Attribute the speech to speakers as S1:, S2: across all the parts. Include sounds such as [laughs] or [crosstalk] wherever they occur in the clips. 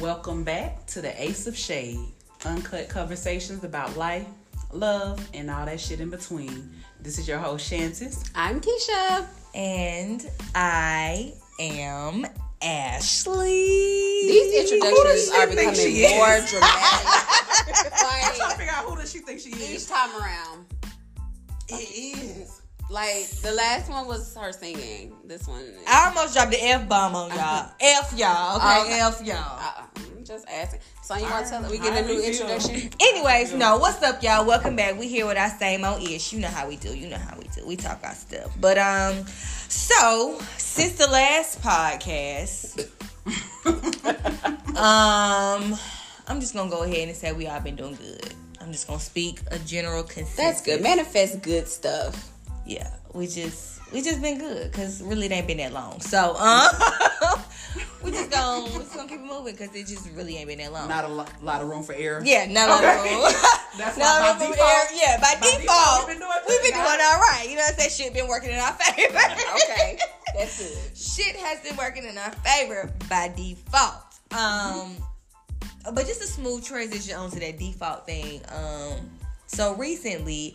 S1: Welcome back to the Ace of Shade, uncut conversations about life, love, and all that shit in between. This is your host, Shantis.
S2: I'm Keisha.
S3: And I am Ashley.
S2: These introductions
S1: she
S2: are
S1: think
S2: becoming
S1: she is?
S2: more dramatic.
S1: Trying to
S2: [laughs] like
S1: figure out who does she think she
S2: each
S1: is.
S2: time around.
S1: It is.
S2: Like the last one was her singing. This one is
S3: I almost dropped the F bomb on y'all. F y'all. Okay, F y'all.
S2: uh, I'm just asking. So you want to tell we
S1: I
S2: get a new
S1: already feel.
S2: [laughs] introduction?
S3: Anyways, no, what's up, y'all? Welcome back. We here with our same old ish. You know how we do. You know how we do. We talk our stuff. But um, so since the last podcast, um, I'm just gonna go ahead and say we all been doing good. I'm just gonna speak a general consensus.
S2: That's good. Manifest good stuff.
S3: yeah, we just we just been good because really it ain't been that long. So um, [laughs] we just gonna we just gonna keep it moving because it just really ain't been that long.
S1: Not a lo- lot of room for error.
S3: yeah, not
S1: Okay.
S3: at all. [laughs]
S1: That's
S3: No,
S1: why by
S3: no,
S1: default.
S3: yeah, by,
S1: default,
S3: default,
S1: we've been doing
S3: we've been
S1: good,
S3: doing
S1: guys.
S3: all right. You know what I'm saying? Shit been working in our [laughs] favor.
S2: Okay, that's good.
S3: Shit has been working in our favor by default. Um, but just a smooth transition onto that default thing. Um, so recently,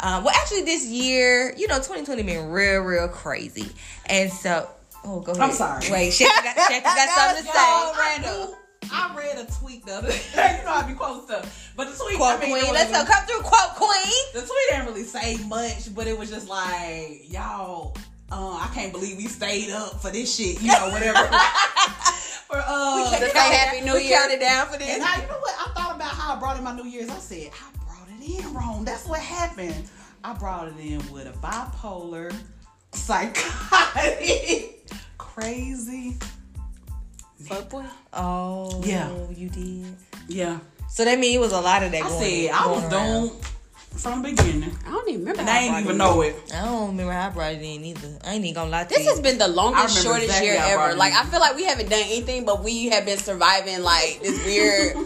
S3: um, well, actually this year, you know, 2020 been real, real crazy, and so. Oh, go ahead.
S1: sorry.
S3: Wait, Shaq, you got, Shaq, you got
S1: [laughs]
S3: something to say.
S1: Randall. I read a tweet the other [laughs] day. You know I be quoting stuff. But the tweet, I
S3: Quote
S1: mean, it
S3: queen.
S1: was-
S3: Let's go. Come through, quote queen.
S1: the tweet didn't really say much, but it was just like, y'all, uh, I can't believe we stayed up for this shit, you know,
S3: [laughs]
S1: whatever. for uh,
S2: can't- [laughs] Just say Happy New
S3: we
S2: Year.
S3: counted down for this.
S1: and I, you know what? I thought about how I brought in my New Year's. I said I brought it in wrong. That's what happened. I brought it in with a bipolar, psychotic, [laughs] crazy.
S2: Fuck boy.
S3: Oh,
S1: Yeah.
S3: you did.
S1: Yeah,
S3: So that means it was a lot of that.
S1: I
S3: going,
S1: said I was
S3: going around.
S1: doomed from the beginning,
S2: I don't even remember.
S1: and
S2: how
S1: I ain't
S2: brought
S1: even
S2: it
S1: know
S2: up.
S1: it. [laughs]
S3: I don't remember how I brought it in either. I ain't even gonna lie to
S2: This
S3: you.
S2: has been the
S1: I
S2: longest,
S1: remember
S2: shortest
S1: exactly
S2: year
S1: how I brought
S2: ever.
S1: it
S2: Like
S1: in.
S2: I feel like we haven't done anything, but we have been surviving like this weird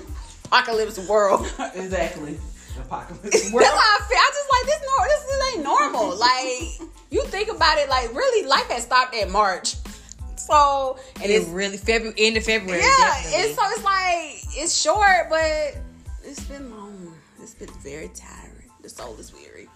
S2: apocalypse world.
S1: exactly. The apocalypse world.
S2: [laughs] That's how I feel. I just like this. Nor- this is ain't normal. Like you think about it, like really, life has stopped at March. So and
S3: it
S2: it's
S3: really February, end of February.
S2: yeah.
S3: definitely.
S2: It's so it's like it's short, but it's been long. It's been very tiring. The soul is weary.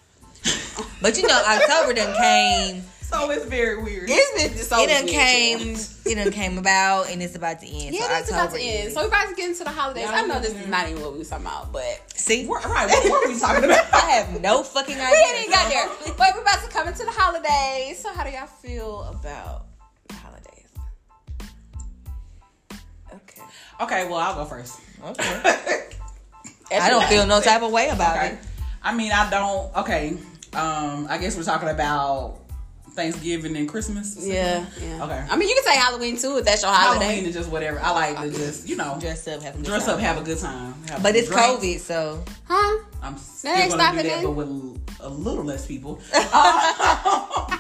S3: but you know, October done came.
S1: [laughs] so it's very weird.
S2: It's been the soul
S3: It
S2: is
S3: done
S2: weary,
S3: came.
S2: child.
S3: It done came about, and it's about to end.
S2: Yeah,
S3: so
S2: it's about to
S3: October
S2: end.
S3: is-
S2: So we're about to get into the holidays.
S1: Yeah,
S2: I know this
S1: yeah.
S2: is not even what we was talking about, but
S3: see,
S1: We're- right, what were we talking
S3: [laughs]
S1: about?
S3: I have no fucking idea.
S2: we ain't even got [laughs] there. But we're about to come into the holidays. So how do y'all feel about the holidays? Okay.
S1: Okay, well, I'll go first. [laughs]
S3: Okay. I don't feel no type of way about
S1: Okay.
S3: it.
S1: I mean, I don't. Okay. Um, I guess we're talking about Thanksgiving and Christmas.
S2: Yeah, yeah.
S1: Okay.
S2: I mean, you can say Halloween too if that's your holiday.
S1: Halloween is just whatever. I like to just, you know,
S3: Dress up, have a good
S1: dress
S3: time.
S1: up, have a good time. Have
S3: But
S1: some
S3: it's
S1: drinks.
S3: COVID, so
S2: Huh?
S1: I'm still going
S2: ain't
S1: to do
S2: stopping
S1: that,
S2: it.
S1: but with a little less people.
S3: [laughs]
S1: [laughs] Uh,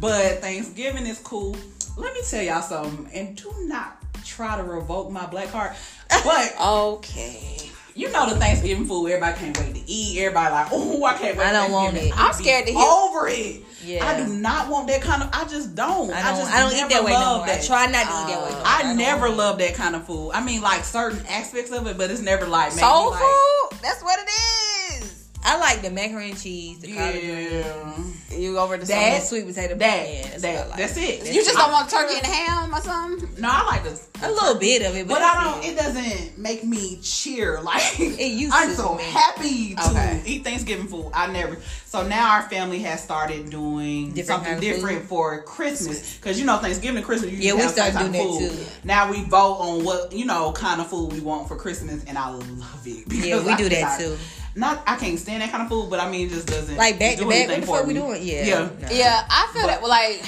S1: but Thanksgiving is cool. Let me tell y'all something, and do not try to revoke my black card.
S3: [laughs]
S1: But
S2: Okay.
S1: you know the Thanksgiving food, everybody can't wait to eat. Everybody like, oh, I can't wait.
S3: I don't
S1: for
S3: want
S1: Thanksgiving."
S3: it.
S1: I
S2: I'm
S1: be
S2: scared to hear-
S1: over it.
S3: Yeah.
S1: I do not want that kind of. I just don't.
S3: I don't.
S1: just
S3: I, don't eat
S1: never
S3: that way no
S1: love
S3: more.
S1: That.
S3: I try not to eat that way. no more.
S1: I,
S3: don't-
S1: never love that kind of food. I mean, like certain aspects of it, but it's never like man,
S2: Soul
S1: like,
S2: food? That's what it is.
S3: I like the macaroni and cheese, the collard greens,
S1: Yeah,
S2: You over the
S3: and
S1: That-
S3: the sweet potato.
S1: that,
S3: yeah,
S1: that's,
S3: that's what I
S1: that,
S3: like.
S1: that's it.
S2: You just don't want turkey and ham or something?
S1: no, I like this,
S3: a little bit of it, but,
S1: but I
S3: that's
S1: don't. It doesn't make me cheer [laughs] like
S3: It used
S1: I'm
S3: to
S1: so
S3: make-
S1: happy to
S2: Okay.
S1: eat Thanksgiving food. I never. So now our family has started doing
S3: Different
S1: something
S3: kind of
S1: different for Christmas because you know Thanksgiving and Christmas. You
S3: Yeah, we
S1: have some
S3: started
S1: type of
S3: doing that
S1: food.
S3: too.
S1: Now we vote on what you know kind of food we want for Christmas, and I love it. [laughs] Because
S3: Yeah, we
S1: I
S3: do that
S1: cannot-
S3: too.
S1: Not I can't stand that kind of food, but I mean it just doesn't
S3: Like back
S1: do
S3: to back. What
S1: anything
S3: the
S1: for
S3: fuck we
S1: me.
S3: doing? Yeah.
S1: yeah.
S3: no.
S2: Yeah, I feel that. Well, like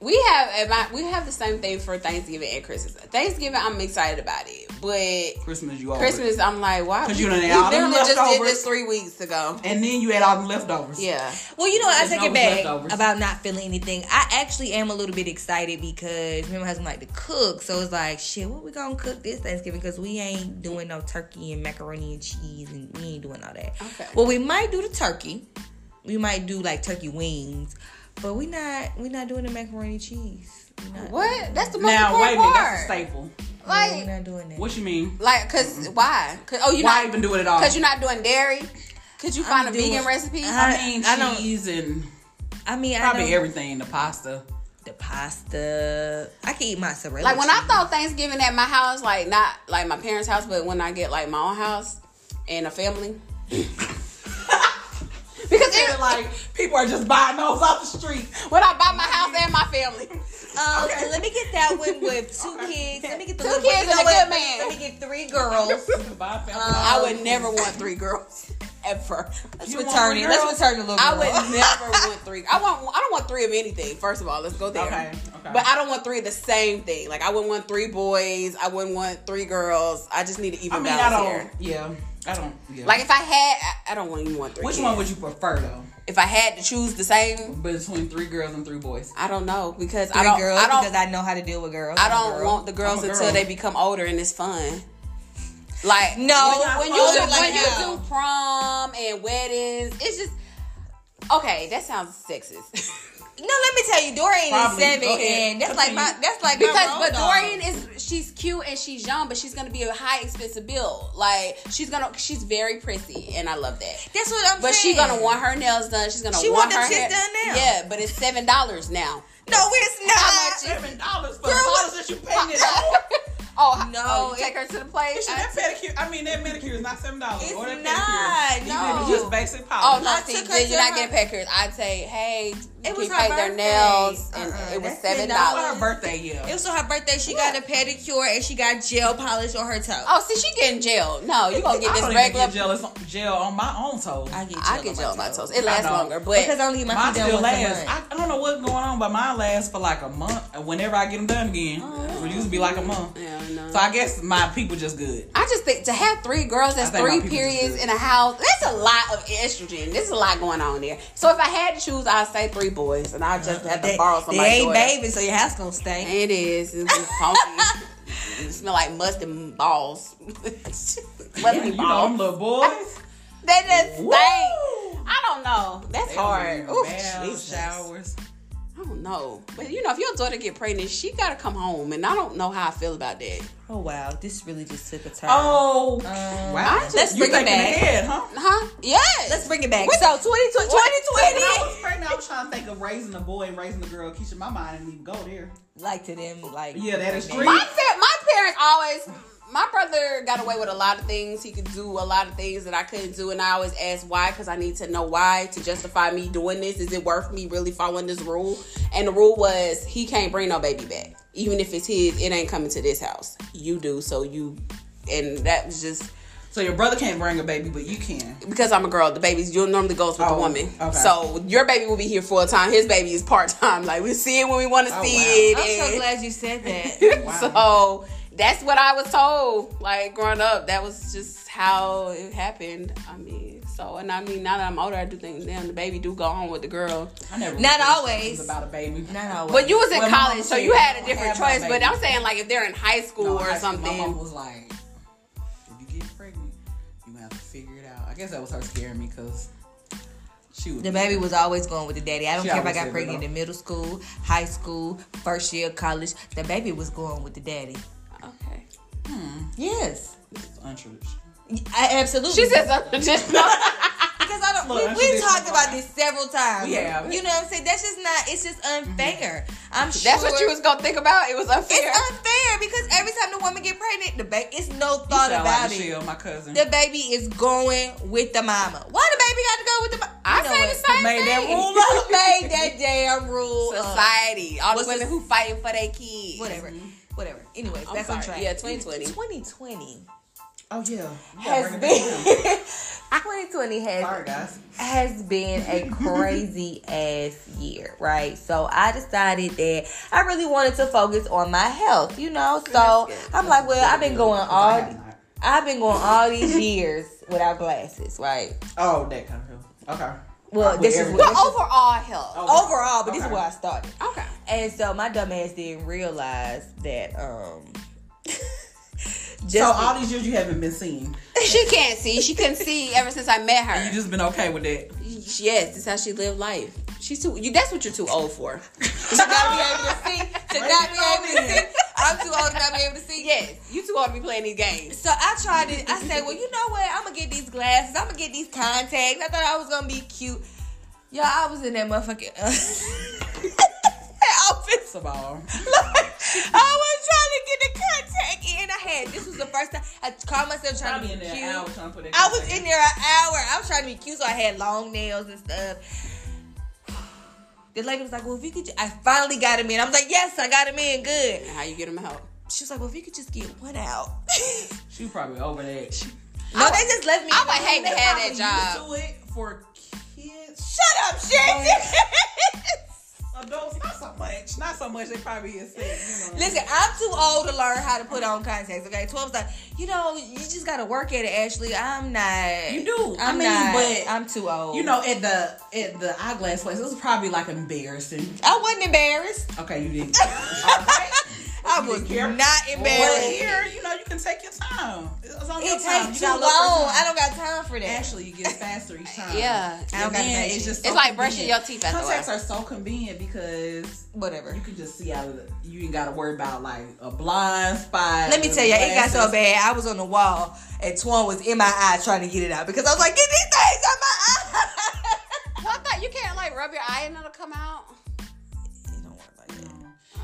S2: we have, at my, we have the same thing for Thanksgiving and Christmas. Thanksgiving, I'm excited about it, but
S1: Christmas you over.
S2: Christmas, I'm like, why?
S1: 'Cause
S2: we-
S1: you done
S2: we
S1: had all them
S2: literally just did
S1: leftovers.
S2: this three weeks ago.
S1: and then you had all the leftovers.
S2: Yeah,
S3: Well, you know, what? I
S1: There's
S3: take
S1: always
S3: it back
S1: leftovers.
S3: about not feeling anything. I actually am a little bit excited because me and my husband like to cook, so it's like, shit, what we gonna cook this Thanksgiving? Because we ain't doing no turkey and macaroni and cheese, and we ain't doing all that.
S2: Okay.
S3: Well, we might do the turkey. We might do like turkey wings, But we not we not doing the macaroni and cheese. We not-
S2: What? That's the most
S1: Now wait a
S2: important
S1: minute, that's a
S2: part.
S1: staple.
S3: Yeah, we
S2: like,
S3: not doing that.
S1: What you mean?
S2: like, cause why? 'Cause- oh, you
S1: Why
S2: not
S1: even do it at all?
S2: Cause you're not doing dairy. Could you find a
S3: I'm
S2: vegan
S3: doing-
S2: recipe?
S1: I,
S3: I-
S1: mean
S3: I don't-
S1: cheese and
S3: I mean, I
S1: probably
S3: know
S1: everything. The pasta.
S3: the pasta. I can eat mozzarella.
S2: like when I
S3: cheese.
S2: thought Thanksgiving at my house, like not like my parents' house, but when I get like my own house and a family. because
S1: They're
S2: it,
S1: like people are just buying those off the street.
S2: when I buy my house and my family,
S3: Um, let me get that one [laughs] with two kids. Let me get the
S2: Two
S3: little
S2: kids
S3: you know
S2: and a
S3: what?
S2: good
S3: Let me-
S2: man.
S3: Let me get three girls.
S1: Uh,
S2: I would never want three girls [laughs] ever.
S3: Let's
S1: You want
S3: return it.
S1: one girl?
S3: Let's return the little girl.
S2: I would never
S1: [laughs]
S2: want three. I want. I don't want three of anything. First of all, let's go there.
S1: Okay, okay.
S2: But I don't want three of the same thing. Like I wouldn't want three boys. I wouldn't want three girls. I just need to even
S1: I mean, I
S2: balance
S1: don't.
S2: here.
S1: Yeah, I don't. Yeah.
S2: Like if I had, I, I don't want even want three.
S1: which
S2: kids.
S1: one would you prefer though?
S2: If I had to choose the same,
S1: Between three girls and three boys.
S2: I don't know because I
S3: three
S2: don't.
S3: girls
S2: I don't.
S3: because I know how to deal with girls.
S2: I
S3: I'm a
S2: don't
S3: girl.
S2: want the girls
S1: I'm a
S2: until
S1: girl.
S2: they become older and it's fun. Like
S3: No,
S1: When
S3: when
S1: y'all
S3: you
S1: Oh,
S2: you do,
S1: yeah,
S3: do, like
S2: when
S3: now.
S2: you do prom and weddings, it's just okay. That sounds sexist. [laughs]
S3: No, let me tell you, Dorian
S1: Probably.
S3: is seven,
S1: Go ahead.
S3: and that's like my that's like my
S2: because
S3: road
S2: but
S3: dog.
S2: Dorian is she's cute and she's young, but she's gonna be a high expensive bill. Like she's gonna she's very prissy, and I love that.
S3: That's what I'm
S2: But she
S3: saying.
S2: gonna want her nails done. She's gonna
S3: She
S2: want,
S3: want them
S2: her
S3: shits
S2: hair
S3: done now.
S2: Yeah, but it's seven dollars now.
S3: No, it's not.
S2: How much is-
S1: Seven dollars for
S3: Girl, what-
S1: that you paying [laughs] it
S2: oh, oh,
S3: No,
S2: oh, you
S3: it-
S2: take her to the place.
S1: That pedicure, I mean that manicure is not seven dollars.
S3: It's
S1: or that Pedicure.
S3: not, no.
S1: Even if it's just basic
S2: Oh
S1: polish.
S2: no,
S3: I
S2: see,
S3: took her
S2: then you're
S3: to
S2: not
S3: her-
S2: getting pedicures. I'd say, hey, can
S3: was
S2: you
S3: her
S2: paint their
S3: birthday.
S2: nails, and
S3: Uh-uh,
S2: it was
S3: that's
S2: seven
S3: $10.
S1: For
S2: dollars.
S1: her birthday, yeah.
S3: It was on her birthday. She got a pedicure and she got gel polish on her toe.
S2: Oh, see, she getting jail. No, you gonna get
S1: I
S2: this
S1: don't even
S2: regular.
S1: get jealous on, gel on my own toe.
S3: I get gel.
S2: I get jail on my toes. It
S1: I
S2: lasts
S1: don't.
S2: longer, but
S3: because I only get my
S1: Mine
S3: feet done
S1: still
S3: once
S1: lasts.
S3: a month.
S1: I, I don't know what's going on, but mine lasts for like a month. And whenever I get them done again,
S2: Oh,
S1: it used to be like a month.
S2: yeah, no.
S1: So I guess my people just good.
S2: I just think to have three girls, that's
S1: I think my
S2: three
S1: people just
S2: periods
S1: good.
S2: in a house. That's a lot of estrogen. There's a lot going on there. So if I had to choose, I'd say three boys, and I just have to
S3: They,
S2: borrow
S3: they
S2: somebody's
S3: ain't
S2: daughter.
S3: baby, so your house gonna stink.
S2: It is. It's just funky. it smell like mustard and balls. [laughs]
S1: Yeah,
S2: mustard
S1: you know, them
S2: balls.
S1: little
S2: [laughs]
S1: boys.
S2: That just
S1: Woo!
S2: stink. I don't know. That's
S1: They
S2: hard.
S1: don't
S2: Oof,
S1: even bath,
S2: Jesus.
S1: showers.
S2: I don't know. But you know, if your daughter get pregnant, she gotta come home, and I don't know how I feel about that.
S3: Oh wow, this really just took a turn.
S1: Oh, wow.
S2: I Um,
S1: Let's
S2: just- Let's
S1: you
S2: bring it
S1: thinking
S2: back.
S1: ahead, huh?
S2: Huh? Yes.
S3: let's bring it back.
S2: What-
S3: So
S2: [laughs]
S3: 2020,
S1: When I
S3: 2020.
S1: was pregnant, I was trying to think of raising a boy and raising a girl. Keisha, my mind didn't even go there.
S3: Like to them, like
S1: Yeah, that is true.
S2: my fa- my parents always my brother got away with a lot of things he could do a lot of things that i couldn't do and i always ask why because i need to know why to justify me doing this is it worth me really following this rule and the rule was he can't bring no baby back even if it's his it ain't coming to this house you do so you and that was just
S1: So your brother can't bring a baby, but you can.
S2: because I'm a girl, the babies you normally goes with
S1: Oh,
S2: the woman.
S1: okay.
S2: So your baby will be here full time. His baby is part time. Like we see it when we want to
S1: Oh,
S2: see
S1: wow.
S2: it.
S3: I'm so
S2: and-
S3: glad you said that.
S1: Wow.
S2: [laughs] so that's what I was told, like growing up. That was just how it happened. I mean, so and I mean now that I'm older, I do think damn the baby do go on with the girl.
S1: I never. really
S3: Not
S1: thought
S3: always.
S1: it was about a baby.
S3: Not always.
S2: But you was in
S1: Well, my mama
S2: college, so
S1: said
S2: you had a
S1: I
S2: different
S1: had my
S2: choice. But
S1: baby.
S2: I'm saying like if they're in high
S1: No,
S2: school or
S1: actually,
S2: something.
S1: My mom was like, "If you get pregnant, you have to figure it out." I guess that was her scaring me because she was
S3: The baby was always going with the daddy. I don't
S1: She
S3: care if I
S1: always
S3: got
S1: said
S3: pregnant
S1: that.
S3: in middle school, high school, first year of college. The baby was going with the daddy.
S2: okay.
S3: Yes,
S1: untraditional.
S3: I absolutely.
S2: She says something [laughs] just
S3: because I don't.
S1: Look, that's
S3: we we
S1: just-
S3: talked about this several times.
S1: We have.
S3: You know what I'm saying? That's just not. It's just unfair. I'm sure.
S2: that's what you was gonna think about. It was
S3: It's
S2: unfair.
S3: unfair because every time the woman get pregnant, the baby. It's no
S1: You
S3: thought
S1: sound
S3: about
S1: like
S3: it.
S1: Michelle, my cousin.
S3: The baby is going with the mama. Why the baby got to go with the? Ma-
S2: I
S3: You know
S2: say
S3: what?
S2: the same
S1: Made that
S2: thing.
S1: rule
S3: Who [laughs] made that damn rule? up?
S2: Society, all the
S3: What's
S2: women
S3: this-
S2: who fighting for their kids.
S3: Whatever. Whatever. Anyways,
S2: I'm
S3: back on
S2: sorry.
S3: track.
S2: Yeah, 2020.
S3: 2020.
S1: oh yeah, You gotta
S3: has
S1: bring it
S3: been
S1: back down.
S3: [laughs] 2020
S1: [laughs]
S3: has
S1: Sorry, guys.
S3: has been a
S1: [laughs]
S3: crazy ass year, right? So I decided that I really wanted to focus on my health, you know. So I'm like, well, I've been going
S1: I got
S3: all
S1: knocked.
S3: I've been going all these years without glasses, right?
S1: Oh, that kind of help. Okay.
S3: Well,
S1: With
S3: this is
S1: everything.
S3: what
S2: But overall health.
S1: Oh.
S3: overall, but this is
S1: Okay.
S3: where I started.
S2: Okay.
S3: And so my dumb ass didn't realize that um [laughs] just
S1: so
S3: [laughs]
S1: all these years you haven't been seen.
S2: She can't see. She couldn't see ever since I met
S1: You
S2: her.
S1: just been okay with that.
S2: Yes, that's how she lived life. She's too. You, that's what you're too old for. [laughs] to
S1: [laughs]
S2: not be able to see. To not be able to see.
S3: I'm too old to not be able to see.
S2: Yes, you too old to be playing these games.
S3: So I tried it. I said, well, you know what? I'm gonna get these glasses. I'm gonna get these contacts. I thought I was gonna be cute. Y'all, I was in that motherfucking [laughs] uh, outfit.
S1: It's about
S3: [laughs] I was trying to get the contact in. I had this was the first time I called myself trying
S1: probably
S3: to be
S1: in there
S3: cute.
S1: an hour trying to put that.
S3: I was in there an hour. I was trying to be cute, so I had long nails and stuff. [sighs] The lady was like, "Well, if you could," ju- I finally got him in. I was like, "Yes, I got him in. Good."
S2: How you get them out?
S3: She was like, "Well, if you could just get one out." [laughs]
S1: She probably over that.
S3: no, they just left me.
S2: I would hate
S3: They
S2: to have that job.
S3: probably-
S1: Do it for kids.
S3: Shut up, shit.
S1: Adults, not so much. Not so much. They probably is saying, you know.
S3: [laughs] Listen, I'm too old to learn how to put on contacts. Okay, 12's like, you know, you just gotta work at it. Ashley, I'm not.
S1: You do. I
S3: I'm
S1: mean,
S3: not.
S1: but-
S3: I'm too old.
S1: You know, at the at the eyeglass place, it was probably like embarrassing.
S3: I wasn't embarrassed.
S1: Okay, you [laughs] didn't. All right.
S3: [laughs] I
S1: You
S3: was
S1: didn't care.
S3: not
S1: Well,
S3: embarrassed.
S1: here, you know, you can take your time. It's on your
S3: It
S1: time.
S3: takes
S1: You
S3: too
S1: gotta
S3: long.
S1: look for time.
S3: I don't got time for that.
S1: Actually, you get faster each time.
S2: Yeah.
S3: I don't
S1: And
S3: got
S1: then
S3: patience.
S1: it's just
S2: It's like brushing your teeth after a
S1: Contacts are so convenient because
S3: whatever.
S1: you can just see out of the, you ain't gotta worry about like a blind spot.
S3: Let me
S1: the
S3: tell you, it got so
S1: glasses.
S3: bad. I was on the wall and Twan was in my eye trying to get it out because I was like, get these things out my eye.
S2: Well, I thought you can't like rub your eye and it'll come out.
S3: It don't work like that.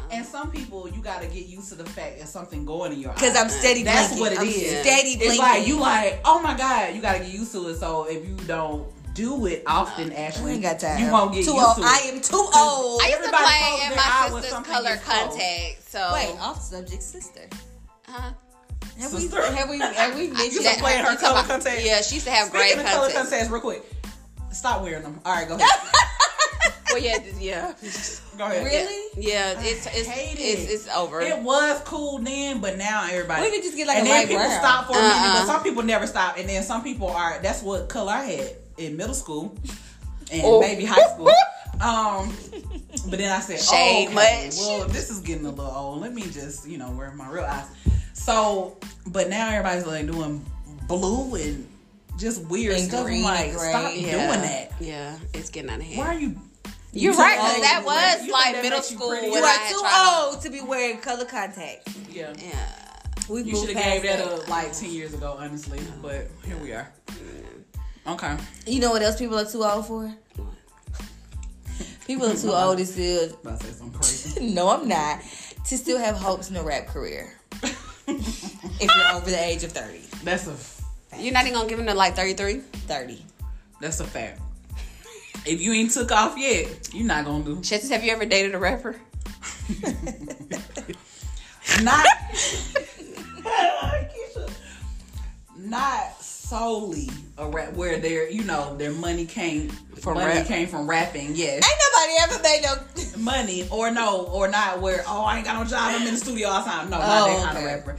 S1: And some people, you gotta get used to the fact that something going in your eyes.
S3: Cause I'm steady
S1: That's
S3: blinking.
S1: what it
S3: I'm
S1: is.
S3: Steady
S1: it's
S3: blinking.
S1: like you like, oh my god, you gotta get used to it. So if you don't do it often,
S3: Uh, I
S1: Ashley,
S3: ain't got time.
S1: you won't get
S3: too
S1: used
S3: old.
S1: to it.
S3: I am too old.
S2: I used to
S1: Everybody folds
S2: play in
S1: their eye
S2: my
S1: with
S2: sister's
S1: something
S2: color
S1: you fold.
S2: contact. So uh-huh.
S3: Wait, off subject, sister.
S2: huh?
S3: Have
S1: Sister.
S3: we have we
S1: [laughs]
S3: have we mentioned
S1: used to
S2: That-
S3: that?
S1: play in her
S2: you talking
S1: color
S2: about-
S1: contact?
S2: Yeah, she used to have gray
S1: Speaking of color
S2: contacts.
S1: contacts, real quick, stop wearing them. All
S3: [laughs]
S1: right, go ahead.
S2: Well, yeah, th-
S1: [laughs]
S2: yeah,
S1: go ahead.
S3: Really?
S2: yeah. It's it's
S1: hate it.
S2: it's, it's over.
S1: It was cool then, but now everybody.
S3: We could just get like
S1: and
S3: a
S1: then
S3: light
S1: people
S3: brown.
S1: stop for a minute,
S2: Uh-uh.
S1: but some people never stop. And then some people are. That's what color I had in middle school and
S2: Oh.
S1: maybe high
S2: [laughs]
S1: school. Um, but then I said,
S2: Shade
S1: "Oh,
S2: much.
S1: well, this is getting a little old. Let me just, you know, wear my real eyes." So, but now everybody's like doing blue and just weird
S3: And
S1: stuff. I'm
S3: green
S1: like,
S3: and gray.
S1: stop
S2: yeah.
S1: doing that.
S2: Yeah, it's getting out of hand.
S1: Why are you?
S2: You're
S1: too
S2: right, 'cause
S1: old.
S2: that was
S1: You think
S2: like
S1: that
S2: middle
S1: makes you
S2: school
S1: pretty?
S2: when
S3: You
S2: I
S3: are
S2: had
S3: too
S2: tried
S3: old to be wearing color contacts.
S1: Yeah.
S2: Yeah.
S3: We
S1: You
S3: moved
S1: should have
S3: past
S1: gave that up like ten years ago, honestly. But here we are. Okay.
S3: You know what else people are too old for? People [laughs] are too old to still.
S1: About to say something crazy.
S3: No, I'm not. To still have hopes in a rap career
S1: [laughs]
S3: if you're over the age of 30.
S1: That's a f-
S2: You're not even gonna give him to like 33.
S3: 30.
S1: that's a fact. If you ain't took off yet, you're not gonna do
S2: Chances, have you ever dated a [laughs] rapper?
S1: not. [laughs] Keisha. not solely a rap where their you know their money came from money
S2: rap.
S1: came from rapping. Yes,
S3: Ain't nobody ever made no.
S1: money or no or not where oh I ain't got no job I'm in the studio all the time. No, not
S3: Oh,
S1: that kind
S3: okay.
S1: of rapper.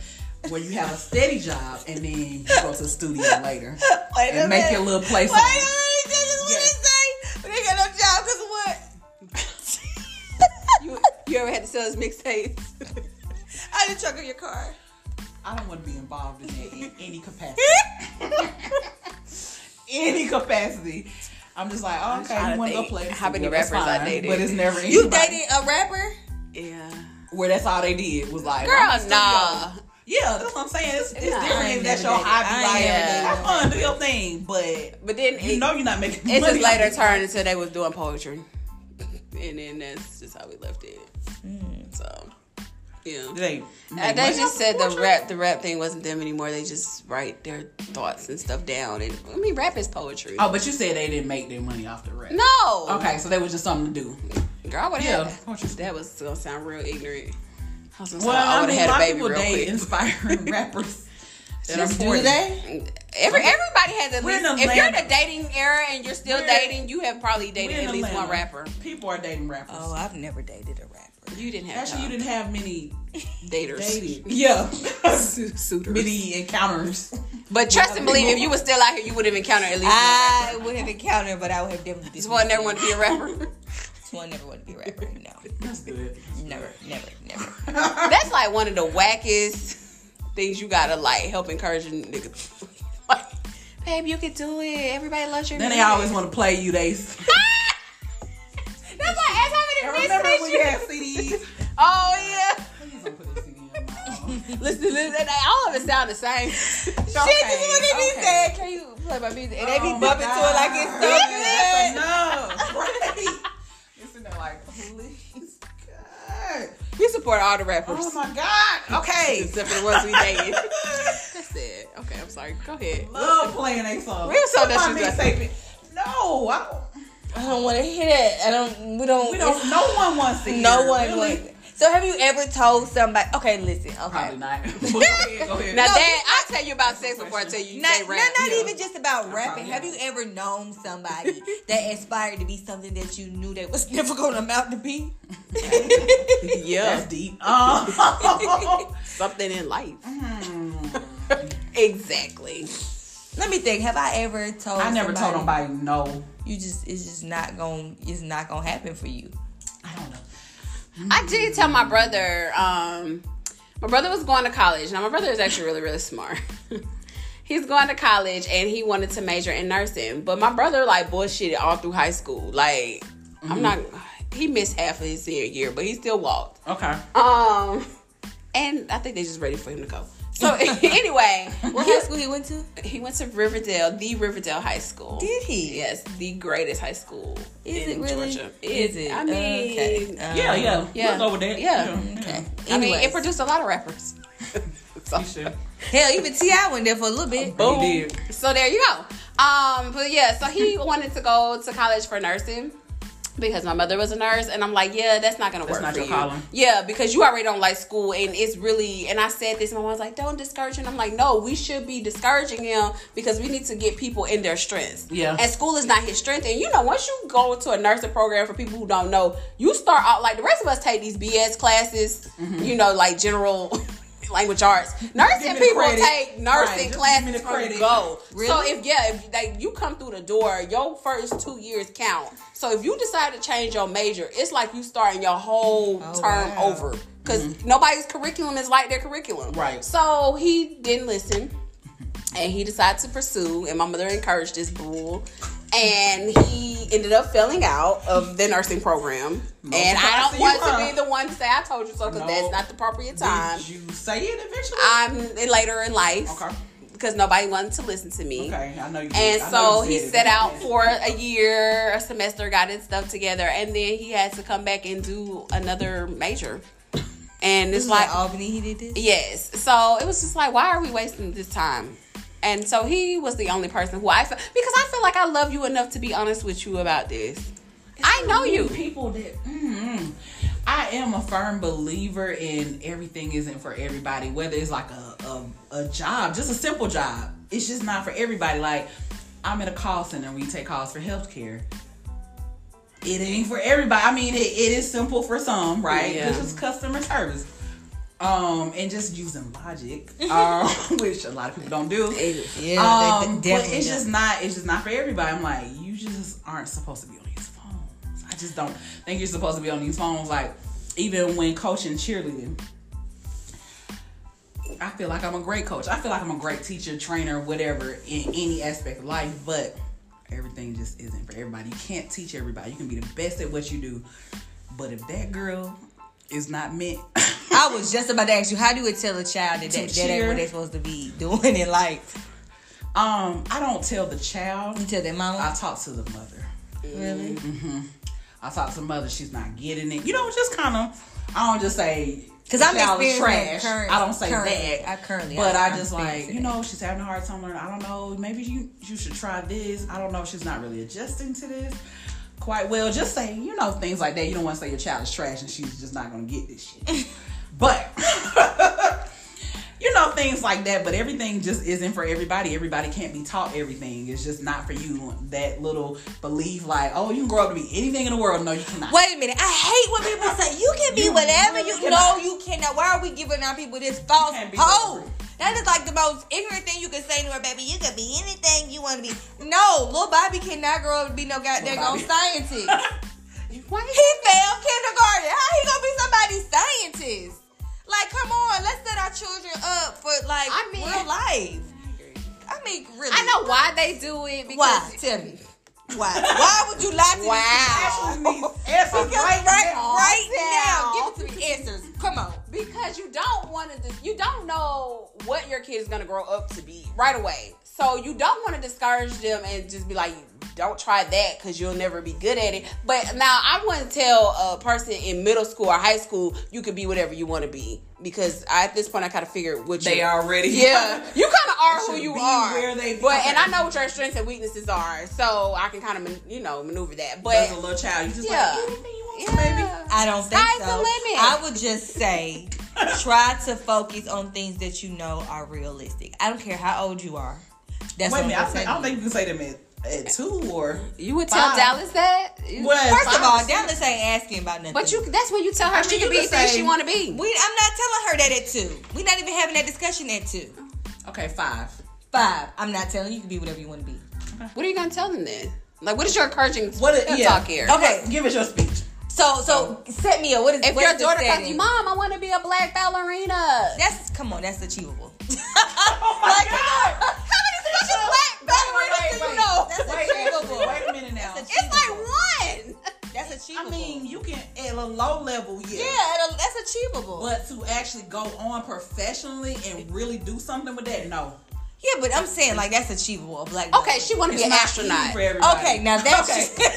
S1: Where you have a steady job and then you go to the studio later.
S3: Wait [laughs]
S1: And make your little play
S3: Wait a
S1: song.
S3: minute, this is what they say. But they got no job because of what?
S2: You, you ever had to sell his [laughs] mixtapes?
S3: Out the trunk of your car.
S1: I don't want to be involved in that in any
S2: [laughs]
S1: capacity. any capacity. I'm just like, oh, okay,
S2: trying
S1: you
S2: to
S1: want to go
S2: think
S1: play?
S2: how many
S1: That's
S2: rappers I dated.
S1: But it's never anybody.
S3: You dated a rapper?
S2: yeah.
S1: where that's all they did was like, I'm in the
S2: Girl, nah.
S1: Yeah, that's what I'm saying. It's, it's
S2: Nah, I
S1: different
S3: ain't
S1: if that's your
S3: never dated.
S1: hobby.
S3: I
S1: Like,
S3: ain't
S2: never
S1: have fun, do your thing, but
S2: But then
S1: you
S2: it,
S1: know you're not making
S2: it
S1: money.
S2: just later turned until they was doing poetry. And then that's just how we left it. So, yeah.
S1: They,
S2: Mm. Uh,
S1: make
S2: they
S1: money
S2: just
S1: off
S2: said
S1: the
S2: the
S1: portrait?
S2: rap the rap thing wasn't them anymore. They just write their thoughts and stuff down. And I mean, rap is poetry.
S1: Oh, but you said they didn't make their money off the rap.
S2: No,
S1: Okay, so that was just something to do.
S2: girl, I would
S1: Yeah,
S2: have.
S1: poetry.
S2: That was gonna sound real ignorant. I was gonna say,
S1: Well,
S2: I
S1: I,
S2: would
S1: mean,
S2: have
S1: a
S2: had
S1: lot
S2: a
S1: of
S2: baby
S1: people
S2: real
S1: date
S2: quick. [laughs]
S1: inspiring rappers that are
S3: Just
S1: 40.
S3: do they?
S2: Every everybody has at
S1: We're
S2: least.
S1: in a
S2: If you're in
S1: land-
S2: the dating era and you're still
S1: We're-
S2: dating, you have probably
S1: We
S2: dated
S1: in
S2: at least
S1: Atlanta.
S2: one rapper.
S1: People are dating rappers.
S3: Oh, I've never dated a rapper.
S2: You didn't have
S1: Actually, you
S2: time.
S1: didn't have [laughs] many
S2: daters,
S1: dated. Yeah.
S2: Su- suitors.
S1: many encounters.
S2: But trust and believe, if you were still out here, you would have encountered at least.
S1: Ah.
S2: one rapper.
S3: I would have encountered, but I would have definitely been.
S2: Just one never want to be
S1: [laughs]
S2: a rapper.
S3: One never wanted to be a rapper. No,
S1: [laughs] That's good.
S3: never, never, never.
S2: That's like one of the wackest things you gotta like help encourage a nigga. [laughs] Like, babe, you can do it. Everybody loves your
S1: Then they
S2: music."
S1: always want to play you. They
S2: Oh,
S1: [laughs]
S2: listen, listen, they all of it sound the same.
S3: Shit, this is what they be
S1: okay.
S3: saying. Can you play my music? And they be
S1: Oh my
S3: bumping to it like it's so
S1: God.
S3: good.
S1: [laughs] That's enough. Right? You're sitting there like, please, God.
S2: We support all the rappers.
S1: Oh my God. Okay.
S2: Except for the ones we dated. That's it. Okay, I'm sorry. Go ahead.
S1: Love playing a song.
S2: Real song that
S1: My
S2: you
S1: big
S2: got.
S1: statement. No, I don't,
S3: I don't want to hear that. I don't.
S2: [laughs]
S3: We don't.
S1: we don't. No one wants to.
S3: No
S1: hear,
S3: one
S1: really.
S3: would. So have you ever told somebody? Okay, listen. Okay.
S1: Probably
S2: [laughs]
S1: not. go ahead. Go ahead.
S2: Now
S3: No,
S2: that I tell you about sex before I tell you. you
S3: Not,
S2: say
S3: not,
S2: rap.
S3: not
S1: yeah.
S3: even just about rapping.
S1: probably
S3: Have you
S1: not.
S3: ever known somebody [laughs] that aspired to be something that you knew they was [laughs] never going to amount to be?
S2: yeah,
S1: [laughs] That's deep. Um,
S2: something in life. [laughs] exactly.
S3: Let me think. Have I ever
S1: [laughs]
S3: told?
S1: I never told
S3: somebody-
S1: nobody no.
S3: You just it's just not going it's not going to happen for you.
S1: I don't know.
S2: I did tell my brother. Um, my brother was going to college. Now my brother is actually really, really smart. [laughs] He's going to college and he wanted to major in nursing, but my brother like bullshitted all through high school. Like I'm not. He missed half of his senior year, but he still walked.
S1: Okay.
S2: Um, and I think they're just ready for him to go. So [laughs] anyway,
S3: What high school he went to?
S2: he went to Riverdale, the Riverdale High School.
S3: Did he?
S2: Yes, the greatest high school
S3: Is
S2: in
S3: it really?
S2: Georgia. Is it? I mean,
S3: Okay. Um,
S1: Yeah, yeah.
S2: yeah.
S1: We'll go with that.
S2: Yeah.
S1: Okay.
S2: I mean,
S3: Anyways.
S2: it produced a lot of rappers. [laughs] so,
S3: Hell, even T.I. went there for a little bit.
S2: boom.
S1: He did.
S2: [laughs] So there you go. Um, but yeah, so
S1: [laughs]
S2: he wanted to go to college for nursing. Because my mother was a nurse, and I'm like, yeah, that's not gonna
S1: That's
S2: work
S1: not
S2: for
S1: your
S2: you.
S1: calling.
S2: Yeah, because you already don't like school, and it's really. And I said this, and my mom's like, don't discourage him. I'm like, no, we should be discouraging him because we need to get people in their strengths.
S1: Yeah.
S2: and school is not his strength. And you know, once you go to a nursing program for people who don't know, you start out like the rest of us take these BS classes. You know, like general. [laughs] Language arts, nursing
S1: Mm-hmm. me the
S2: people
S1: credit.
S2: take
S1: Right, just
S2: nursing
S1: give me
S2: classes
S1: the
S2: from
S1: credit.
S2: go. So
S3: Really?
S2: if yeah, if like you come through the door, your first two years count. So if you decide to change your major, it's like you starting your whole
S3: Oh,
S2: term
S3: wow.
S2: over because nobody's curriculum is like their curriculum.
S1: Mm-hmm. Right.
S2: So he didn't listen, and he decided to pursue. And my mother encouraged this bull, and he ended up failing out of the nursing program. and I
S1: surprise to
S2: don't want
S1: you,
S2: to
S1: huh?
S2: be the one to say I told you so because
S1: No.
S2: that's not the appropriate time.
S1: Did you say it eventually?
S2: I'm later in life
S1: okay.
S2: because nobody wanted to listen to me.
S1: Okay. I know you.
S2: And
S1: I know
S2: so
S1: you
S2: he
S1: said it,
S2: set
S1: but-
S2: out for a year, a semester, got his stuff together, and then he had to come back and do another major. And
S3: This
S2: it's
S3: was
S2: like,
S3: like Albany. He did this.
S2: yes. So it was just like, why are we wasting this time? And so he was the only person who I felt because I feel like I love you enough to be honest with you about this. I know you.
S1: people that mm-mm. I am a firm believer in everything isn't for everybody. Whether it's like a, a a job, just a simple job, it's just not for everybody. Like I'm in a call center, we take calls for healthcare. It ain't for everybody. I mean, it, it is simple for some, right?
S2: Yeah.
S1: This is customer service. Um, and just using
S3: [laughs]
S1: logic, um, [laughs] which a lot of people don't do.
S3: Yeah,
S1: Um,
S3: they- they
S1: but
S3: definitely
S1: it's
S3: don't.
S1: just not. It's just not for everybody. I'm like, you just aren't supposed to be on these phones. I just don't think you're supposed to be on these phones. Like, even when coaching cheerleading, I feel like I'm a great coach. I feel like I'm a great teacher, trainer, whatever in any aspect of life. But everything just isn't for everybody. You can't teach everybody. You can be the best at what you do, but if that girl is not meant, [laughs]
S3: I was just about to ask you, how do you tell a child that, that, that ain't
S1: cheer.
S3: what they supposed to be doing in life?
S1: um, I don't tell the child.
S3: You tell their
S1: I
S3: mom,
S1: talk to the mother. Mm-hmm.
S3: really?
S1: I talked to mother, she's not getting it. You know, just kind of. I don't just say
S3: 'Cause I'm
S1: the child is
S3: experiencing
S1: trash.
S3: current-
S1: I don't say
S3: current-
S1: that.
S3: I currently-
S1: but
S3: I-
S1: I,
S3: I'm
S1: just like
S3: experiencing
S1: you
S3: that.
S1: know she's having a hard time learning. I don't know. Maybe you you should try this. I don't know. She's not really adjusting to this quite well. Just saying, you know, things like that. You don't want to say your child is trash and she's just not going to get this
S3: [laughs]
S1: shit. but you know things like that but everything just isn't for everybody everybody can't be taught everything it's just not for you that little belief like oh you can grow up to be anything in the world no you cannot [laughs]
S3: Wait a minute. I hate when people say you can be
S1: You
S3: whatever
S1: really
S3: you know
S1: cannot.
S3: you cannot. Why are we giving our people this false
S1: can't be
S3: hope?
S1: whatever.
S3: That is like the most ignorant thing you can say to her, baby. You can be anything you want to be. No, little Bobby cannot grow up to be no goddamn
S1: Lil Bobby. [laughs]
S3: scientist.
S2: Why?
S3: He failed kindergarten. How he gonna be somebody's scientist? Like, come on, let's set our children up for like
S2: I mean-
S3: real life. I mean, really.
S2: I know why they do it. Because
S3: Why? Tell me. Why? Why would you lie to me?
S2: Wow.
S1: Answer
S3: Because
S1: right
S3: right, right,
S1: now.
S3: right
S2: now.
S3: now, give it to me answers. Come on.
S2: Because you don't want to. You don't know your kid is gonna grow up to be right away. So you don't want to discourage them and just be like, don't try that because you'll never be good at it. But now I wouldn't tell a person in middle school or high school you could be whatever you want to be because I, at this point I kind of figured what
S4: They
S2: you-
S4: already.
S1: [laughs]
S2: Yeah, you kind of are
S1: They
S2: who
S1: should
S2: you
S1: be
S2: are.
S1: where they-
S2: but
S1: okay.
S2: and I know what your strengths and weaknesses are, so I can kind of you know maneuver that.
S1: As a
S2: But
S1: little child, you just
S2: Yeah.
S1: like anything you want, baby.
S2: yeah.
S3: I don't think
S2: Sky's
S3: so.
S2: the limit.
S3: I would just say try to focus on things that you know are realistic. I don't care how old you are. That's
S1: Wait a
S3: what
S1: minute, I,
S3: I'm
S1: think, I don't think you can say them at, at two or.
S2: You would tell
S1: Five.
S2: Dallas that? You-
S1: Well,
S3: First of all,
S1: five-
S3: Dallas ain't asking about nothing.
S2: But you that's when you tell her
S1: I
S2: she
S1: mean,
S2: can
S1: you
S2: be
S1: could
S2: anything
S1: say-
S2: she wanna be.
S3: we, I'm not telling her that at two. We're not even having that discussion at two.
S1: Okay, five.
S3: Five. I'm not telling you, you can be whatever you want to be.
S2: What are you gonna tell them then? Like what is your encouraging
S1: What
S2: what
S1: a- yeah.
S2: talk here?
S3: Okay.
S1: Give us your speech.
S3: So, so set me up. What is
S2: If
S3: what
S2: your
S3: is the
S2: daughter comes
S3: setting?
S2: to you, Mom, I wanna be a black ballerina.
S3: That's come on. That's achievable. [laughs]
S1: Oh my
S3: Like,
S1: God.
S3: How many special black ballerinas do you know? That's
S1: Wait,
S3: achievable.
S1: wait a minute now.
S3: That's
S2: It's
S3: achievable.
S2: like one.
S3: That's achievable.
S1: I mean, you can at a low level, yeah.
S3: yeah, at a- that's achievable.
S1: But to actually go on professionally and really do something with that, no.
S3: yeah, but I'm saying like that's achievable. A black.
S2: Okay, she wanna be an
S1: not
S2: astronaut. Uh,
S1: easy for everybody.
S3: Okay, now that's
S1: Okay.
S3: [laughs]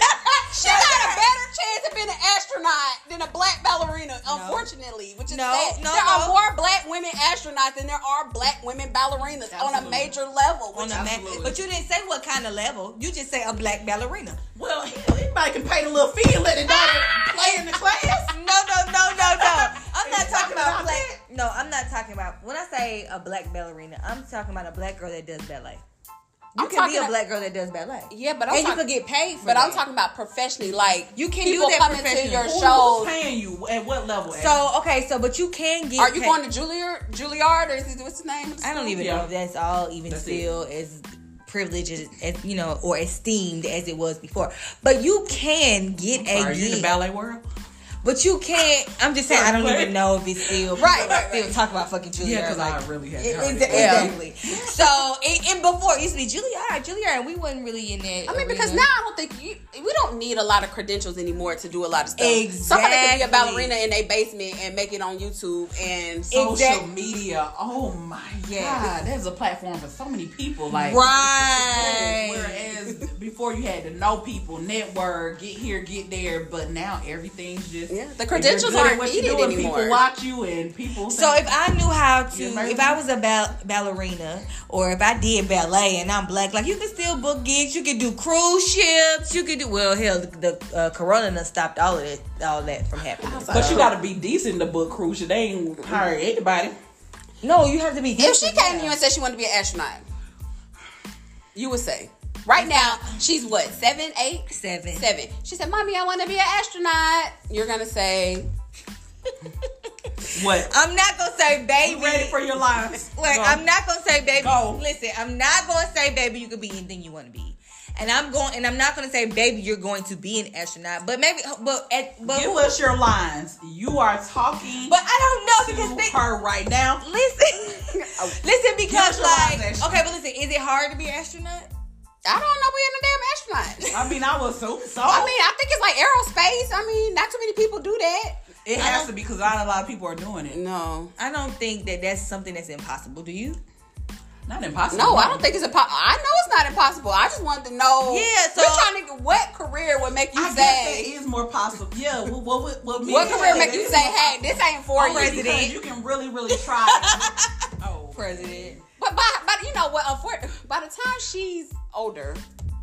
S2: She got a better chance of being an astronaut than a black ballerina, unfortunately. Which is
S3: No,
S2: that
S3: no,
S2: there are
S3: no.
S2: more black women astronauts than there are black women ballerinas on a
S1: Absolutely.
S2: major level.
S3: on
S2: Which
S3: a ma-
S1: Absolutely.
S3: but you didn't say what kind of level. You just say a black ballerina.
S1: Well, hell, anybody can pay the little fee and let their daughter play in the class.
S3: No, no, no, no, no. [laughs] I'm not
S1: You
S3: talking
S1: talking
S3: about
S1: about
S3: black. No, I'm not talking about. When I say a black ballerina, I'm talking about a black girl that does ballet. You
S2: I'm
S3: can be
S2: talking-
S3: a black girl that does ballet.
S2: yeah, but I'm
S3: and you
S2: talking-
S3: could get paid for
S2: But I'm
S3: that.
S2: talking about professionally, like
S3: You can do
S2: people
S3: that
S2: coming to
S3: professionally.
S2: your
S1: Who-
S2: shows.
S1: Who's paying you? At what level?
S3: So okay, so but you can get.
S2: Are you
S3: paid.
S2: going to Juilliard, Juilliard, or is it what's the name?
S3: I don't even
S1: Yeah.
S3: know if that's all even
S1: That's it.
S3: still as privileged as, as you know or esteemed as it was before. But you can get
S1: are
S3: a
S1: you in the
S3: gig.
S1: ballet world?
S3: But you can't. I'm just saying. I don't
S1: Right.
S3: even know if it's still
S2: Right,
S3: people
S2: right,
S3: Still
S2: right.
S3: talk about fucking Juilliard.
S1: Yeah, because
S3: like,
S1: I really had
S3: it-
S1: heard
S3: it's-
S1: it.
S2: Yeah.
S3: exactly. So and, and before it used to be Juilliard, Juilliard, and we wasn't really in that.
S2: I mean,
S3: arena.
S2: because now I don't think you, we don't need a lot of credentials anymore to do a lot of stuff. Somebody can be a
S3: Exactly.
S2: ballerina in their basement and make it on YouTube and
S1: Social
S3: exact-
S1: media. Oh my
S3: Yeah.
S1: God. That is a platform for so many people. Like
S3: right.
S1: Whereas before you had to know people, network, get here, get there, but now everything's just
S2: Yeah, the
S1: if you're
S2: credentials
S1: good at
S2: aren't
S1: what you
S2: needed
S1: do and
S2: anymore.
S1: People watch you and people.
S3: So
S1: think-
S3: if I knew how
S1: You're
S3: to,
S1: amazing.
S3: if I was a bal- ballerina, or if I did ballet and I'm black, like you can still book gigs, you can do cruise ships, you can do. Well, hell, the, the uh, corona done stopped all of it, all that from happening.
S1: but you got to be decent to book cruise. They ain't hire anybody.
S3: No, you have to be.
S2: If she
S3: different
S2: came to
S3: now.
S2: you and said she wanted to be an astronaut, you would say, right now, she's what, seven, eight,
S3: seven,
S2: seven. She said, Mommy, I want to be an astronaut. You're going to say,
S1: What?
S3: I'm not gonna say baby.
S1: You ready for your lives?
S3: Uh, [laughs] Like
S1: Go.
S3: I'm not gonna say baby.
S1: Go.
S3: Listen, I'm not gonna say baby. You could be anything you want to be, and I'm going and I'm not gonna say baby. You're going to be an astronaut, but maybe, but at, but
S1: Give us your lines. You are talking
S3: but I
S1: to
S3: don't know because think,
S1: her right now. [laughs]
S3: listen,
S1: Oh.
S3: listen
S1: us
S3: because
S1: your
S3: like
S1: lines, Ashley.
S3: okay, but listen, is it hard to be an astronaut?
S2: I don't know, we're in a damn astronaut.
S1: I mean, I was so so.
S2: I mean, I think it's like aerospace. I mean, not too many people do that.
S1: it has to be because not a lot of people are doing it.
S2: No.
S3: I don't think that that's something that's impossible. Do you?
S1: Not impossible.
S2: No, I don't think it's impossible. I know it's not impossible. I just wanted to know.
S3: Yeah, so-
S2: we're trying to. What career would make you
S1: I guess
S2: say?
S1: it is more possible. Yeah. What? What? What? what,
S2: What
S1: means
S2: career
S1: that
S2: make
S1: it
S2: you
S1: is
S2: say,
S1: more
S2: "Hey, this ain't for
S3: I'm ready
S2: you"?
S3: to-
S1: Because
S3: President.
S1: you can really, really try. oh,
S3: President.
S2: But by, but you know what? Unfor- by the time she's older,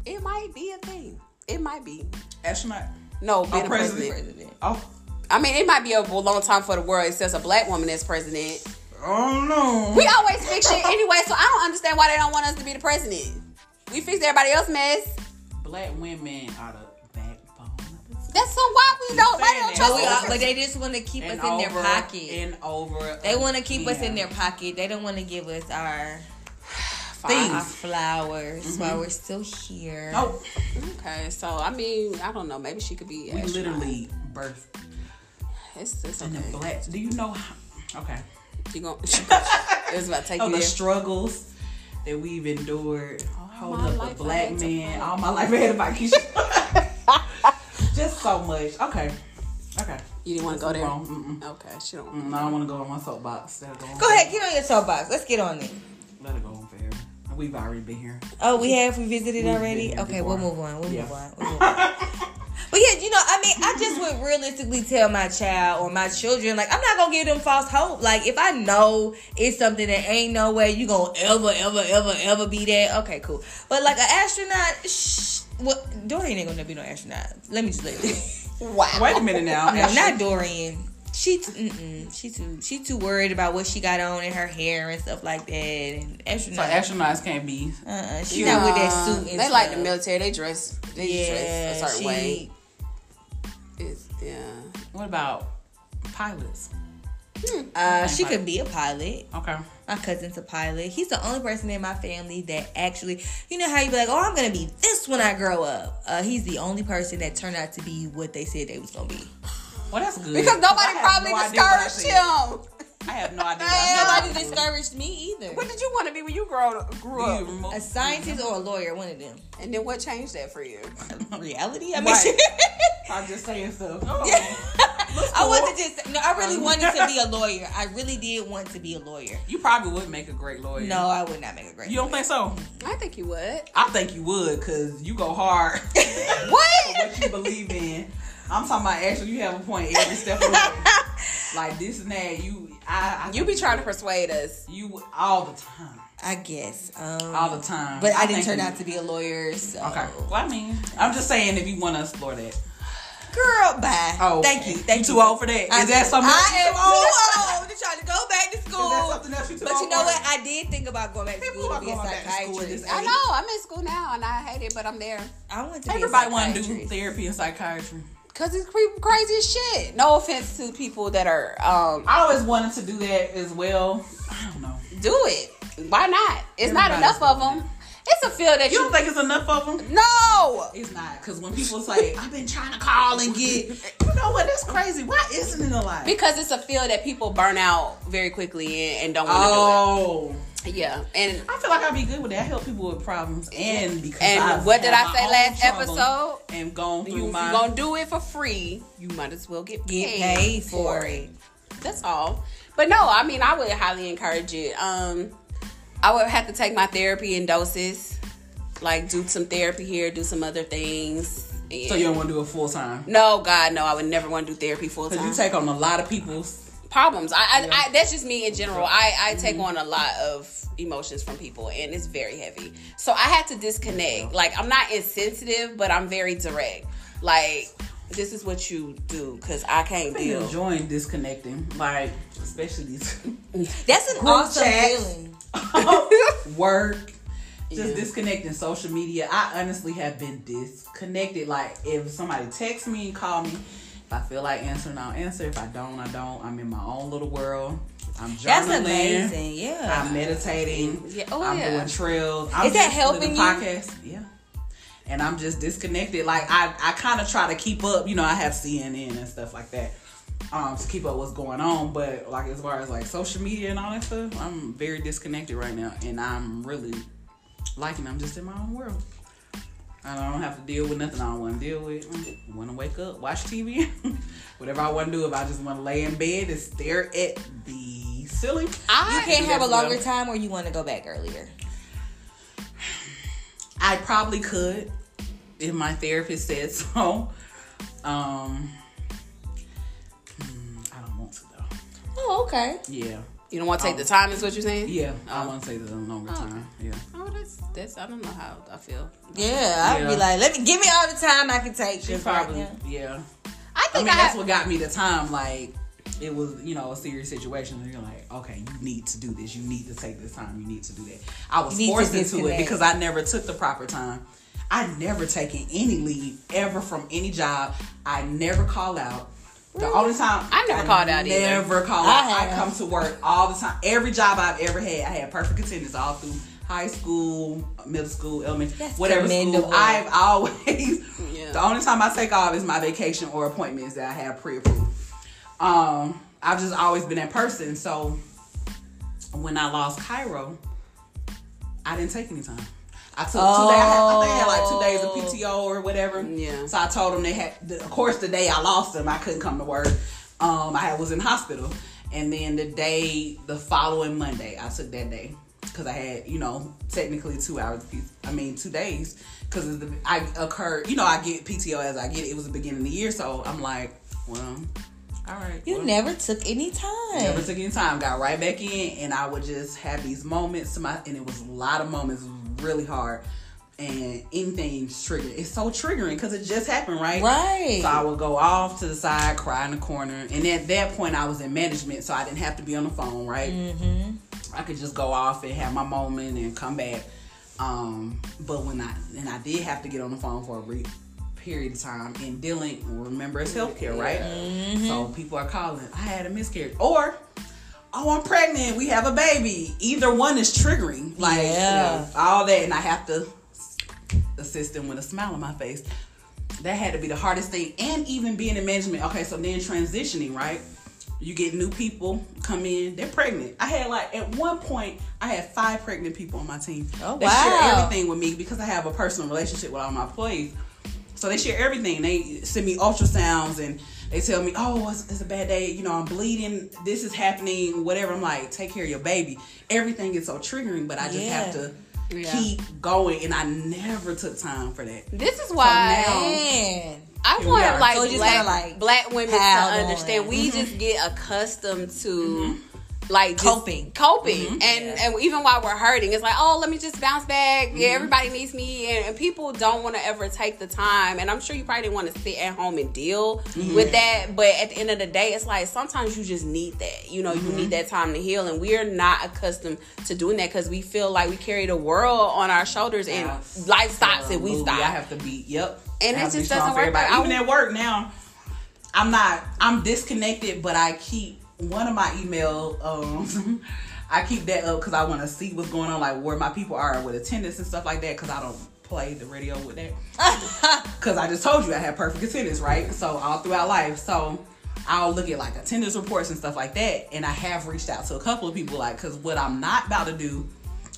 S2: it might be a thing. It might be.
S1: astronaut.
S2: No, being a
S1: president.
S2: president.
S3: President.
S1: Oh,
S2: I mean, it might be a long time for the world. It says a black woman as president.
S1: oh no.
S2: We always fix shit anyway, so I don't understand why they don't want us to be the president. We fixed everybody else's mess.
S1: Black women are the backbone. of the
S2: That's so why we don't. Why
S1: saying
S2: they don't
S1: that.
S2: trust
S3: But, we
S2: us?
S3: are, but they just want to keep
S1: And
S3: us in their
S1: over
S3: pocket.
S1: And over.
S3: they want to keep us in their
S1: again.
S3: pocket. They don't want to give us our
S2: Fine.
S3: our flowers
S1: Mm-hmm.
S3: while we're still here.
S1: Nope.
S2: Okay, so I mean, I don't know. Maybe she could be.
S1: We
S2: astronaut.
S1: literally birthed
S2: It's, it's
S1: in
S2: okay.
S1: the black. Do you know? How, okay.
S2: She gon' it's about to take
S1: Of Oh,
S2: you
S1: the
S2: there.
S1: struggles that we've endured. Hold
S2: my
S1: up,
S2: life I
S1: a black
S2: had to
S1: [laughs] man. All my life I had about Keisha. Just so much. Okay. Okay.
S2: You didn't want to go there.
S1: Wrong.
S2: Okay, she don't.
S1: Mm-mm. Mm, I don't want to go on my soapbox. That'll go on
S3: Go
S1: forever.
S3: ahead, get on your soapbox. Let's get on it.
S1: Let it go on forever. We've already been here.
S3: Oh, we have we visited already.
S1: yeah,
S3: okay, we'll
S1: before.
S3: move on. We'll
S1: Yeah.
S3: move on. We'll move on. But yeah, you know, I mean, I just would realistically tell my child or my children, like, I'm not gonna give them false hope. Like, if I know it's something that ain't no way you gonna ever, ever, ever, ever be that, okay, cool. But like an astronaut, shh, well, Dorian ain't gonna be no astronaut. Let me just let you.
S2: Wow.
S1: Wait a minute now. [laughs]
S3: No, not Dorian. She t- mm-mm. she too she too worried about what she got on in her hair and stuff like that. And
S1: So
S3: astronaut,
S1: astronauts can't be.
S3: uh-uh. she's not with that suit. And
S2: They like the
S3: stuff.
S2: military. They dress. They dress a certain way. It's, yeah.
S1: What about pilots?
S3: Uh, she could be a pilot.
S1: Okay.
S3: My cousin's a pilot. He's the only person in my family that actually, you know how you be like, oh, I'm gonna be this when I grow up. Uh, he's the only person that turned out to be what they said they was gonna be.
S1: Well, that's good.
S2: Because
S1: I
S2: nobody
S1: have
S2: probably
S1: no idea what I
S2: discouraged
S1: said.
S2: him.
S1: I have no idea.
S2: Damn.
S1: What I
S3: Nobody discouraged me either.
S2: What did you want to be when you grow, grew
S1: said.
S2: up?
S1: You-
S3: A scientist or a lawyer, one of them.
S2: And then what changed that for you?
S3: [laughs] Reality, I mean.
S1: Right. I'm just saying
S2: [laughs]
S1: stuff.
S3: [laughs] I wasn't just no. I really wanted to [laughs] be a lawyer. I really did want to be a lawyer.
S1: You probably would make a great lawyer.
S3: No, I would not make a great.
S1: You don't think so?
S2: I think you would.
S1: I think you would, cause you go hard [laughs]
S3: lawyer.
S1: for
S3: what?
S1: what you believe in. I'm talking about actually, you have a point every step of the way.
S2: [laughs]
S1: Like this and that, you, I, I
S2: You be trying to persuade us.
S1: [laughs] you all the time,
S3: [laughs] I guess. Um,
S1: all the time.
S3: But I, didn't
S1: think
S3: turn
S1: you-
S3: out to be a lawyer, so.
S1: Okay. Well, I mean, I'm just saying if you want to explore that.
S3: Girl, bye.
S1: Oh,
S3: thank you. Thank
S1: you too old for that. Is that something
S3: I
S1: else you
S3: am
S1: too old
S3: too old to try to go back to
S1: Is that something
S3: school.
S1: else you too
S3: But
S1: old
S3: you know
S1: for?
S3: what? I did think about going back to
S1: People
S3: school to
S1: are
S3: be a
S1: going back to school at this
S3: psychiatrist.
S1: age.
S2: I know. I'm in school now and I hate it, but I'm there.
S3: I want to be
S1: Everybody
S3: a
S1: want to do
S3: psychiatrist.
S1: therapy and psychiatry.
S2: Cause it's cre- crazy as shit. No offense to people that are um
S1: I always wanted to do that as well. I don't know.
S2: do it. Why not? It's not
S1: Everybody's
S2: enough of
S1: doing
S2: them. It's a field that
S1: You
S2: you,
S1: don't think it's enough of them?
S2: no.
S1: It's not. Because when people say, I've been trying to call and get, you know what? That's crazy. Why isn't it alive?
S2: Because it's a field that people burn out very quickly and, and don't want to
S1: Oh.
S2: do it. Yeah, and
S1: I feel like I'd be good with that. Help people with problems and because
S2: And
S1: I've
S2: what did
S1: had
S2: I
S1: my
S2: say
S1: own
S2: last
S1: trouble
S2: episode?
S1: And gone
S2: you,
S1: through
S2: you
S1: my
S2: gonna do it for free. You might as well get paid,
S3: Get paid for it.
S2: That's all. But no, I mean, I would highly encourage it. Um, I would have to take my therapy in doses, like do some therapy here, do some other things. and-
S1: so you don't want to do it full time.
S2: no, God, no, I would never want to do therapy full
S1: Because
S2: time.
S1: you take on a lot of people's.
S2: Problems. I, I, I, that's just me in general. I, I
S1: Mm-hmm.
S2: take on a lot of emotions from people, and it's very heavy. So I had to disconnect. Like I'm not insensitive, but I'm very direct. Like this is what you do, cause I can't
S1: Be
S2: deal.
S1: enjoying disconnecting, like especially these
S3: That's an
S1: Group
S3: awesome
S1: chats. [laughs]
S3: feeling.
S1: work, just
S2: Yeah.
S1: disconnecting social media. I honestly have been disconnected. Like if somebody texts me, call me. If I feel like answering, I'll answer. If I don't, I don't. I'm in my own little world. I'm journaling.
S3: That's amazing. Yeah.
S1: I'm meditating.
S2: Yeah. Oh,
S1: I'm
S2: yeah.
S1: doing trails. I'm
S3: Is that
S1: just living
S3: helping you?
S1: Podcast. Yeah. And I'm just disconnected. Like I, I kind of try to keep up. You know, I have CNN and stuff like that um, to keep up what's going on. But like as far as like social media and all that stuff, I'm very disconnected right now, and I'm really liking. I'm just in my own world. I don't have to deal with nothing I don't want to deal with. Want to wake up, watch TV, [laughs] whatever I want to do. If I just want to lay in bed and stare at the ceiling,
S2: I
S3: you can't
S1: do
S3: have a
S1: that well.
S3: longer time, or you want to go back earlier.
S1: I probably could if my therapist said so. Um, hmm, I don't want to though.
S3: Oh, okay.
S1: Yeah,
S2: You don't want to take the
S1: Oh.
S2: time. Is what you're saying?
S1: yeah. I want to say that a longer time. Yeah.
S2: Oh, that's that's. I don't know how I feel.
S3: Yeah, I'd be
S1: Yeah.
S3: like, let me give me all the time I can take.
S1: She
S3: this
S1: probably,
S3: right now.
S1: yeah.
S2: I
S1: I
S2: think
S1: mean,
S2: I,
S1: that's what got me the time. Like, it was, you know, a serious situation. And you're like, okay, you need to do this. You need to take this time. You need to do that. I was
S3: You need to
S1: forced into it
S3: disconnect.
S1: because I never took the proper time. I never taken any leave ever from any job. I never call out. The only time
S2: I never called out either.
S1: Never call
S3: I
S1: out. I
S3: have.
S1: come to work all the time. Every job I've ever had, I had perfect attendance all through high school, middle school, elementary,
S3: That's
S1: whatever school.
S3: commendable.
S1: I've always
S2: Yeah.
S1: the only time I take off is my vacation or appointments that I have pre-approved. Um, I've just always been that person. So when I lost Cairo, I didn't take any time. I took two days. I, had- I think I had like two days of PTO or whatever.
S2: Yeah.
S1: So I told them they had. The, of course, the day I lost them, I couldn't come to work. Um, I was in hospital, and then the day the following Monday, I took that day because I had you know technically two hours. Of P- I mean two days because I occurred. You know, I get PTO as I get it. It was the beginning of the year, so I'm like, well, all right.
S3: You
S1: well.
S3: never took any time.
S1: Never took any time. Got right back in, and I would just have these moments to my, and it was a lot of moments. It was really hard, and anything's triggered. It's so triggering because it just happened, right?
S3: Right.
S1: So I would go off to the side, cry in the corner, and at that point I was in management, so I didn't have to be on the phone, right? I could just go off and have my moment and come back. Um, but when I and I did have to get on the phone for a brief period of time and dealing, remember it's healthcare, right? So people are calling, I had a miscarriage, or oh I'm pregnant, we have a baby. Either one is triggering, like you
S3: Yeah.
S1: know, all that, and I have to assist them with a smile on my face. That had to be the hardest thing, and even being in management. Okay, so then transitioning, right? You get new people come in, they're pregnant. I had like at one point, I had five pregnant people on my team.
S3: Oh,
S1: they share
S3: wow.
S1: everything with me because I have a personal relationship with all my employees. So they share everything. They send me ultrasounds and they tell me, "Oh, it's, it's a bad day. You know, I'm bleeding. This is happening. Whatever." I'm like, "Take care of your baby." Everything is so triggering, but I just
S3: Yeah.
S1: have to
S2: Yeah.
S1: keep going, and I never took time for that.
S2: This is why
S3: Man.
S1: Here
S2: I
S1: we are. Mm-hmm.
S2: want like
S3: So you just
S2: black
S3: gotta, like,
S2: black women to
S3: pile on.
S2: understand. We just get accustomed to like just
S3: Mm-hmm. Coping. Mm-hmm.
S2: coping, and and even while we're hurting, it's like oh let me just bounce back.
S3: Mm-hmm.
S2: Yeah, everybody needs me, and, and people don't want to ever take the time. And I'm sure you probably didn't want to sit at home and deal
S3: Mm-hmm.
S2: with that. But at the end of the day, it's like sometimes you just need that. You know, you
S3: Mm-hmm.
S2: need that time to heal, and we're not accustomed to doing that because we feel like we carry the world on our shoulders, and life stops and we
S1: Absolutely.
S2: stop.
S1: I have to be yep.
S2: And
S1: I
S2: it
S1: have to be
S2: just
S1: strong
S2: doesn't
S1: for
S2: work
S1: everybody.
S2: out.
S1: Even at work now, I'm not. I'm disconnected, but I keep one of my email. Um, [laughs] I keep that up because I want to see what's going on, like where my people are with attendance and stuff like that. Because I don't play the radio with that. Because I just told you I had perfect attendance, right? So all throughout life, so. I'll look at like attendance reports and stuff like that, and I have reached out to a couple of people, like, because what I'm not about to do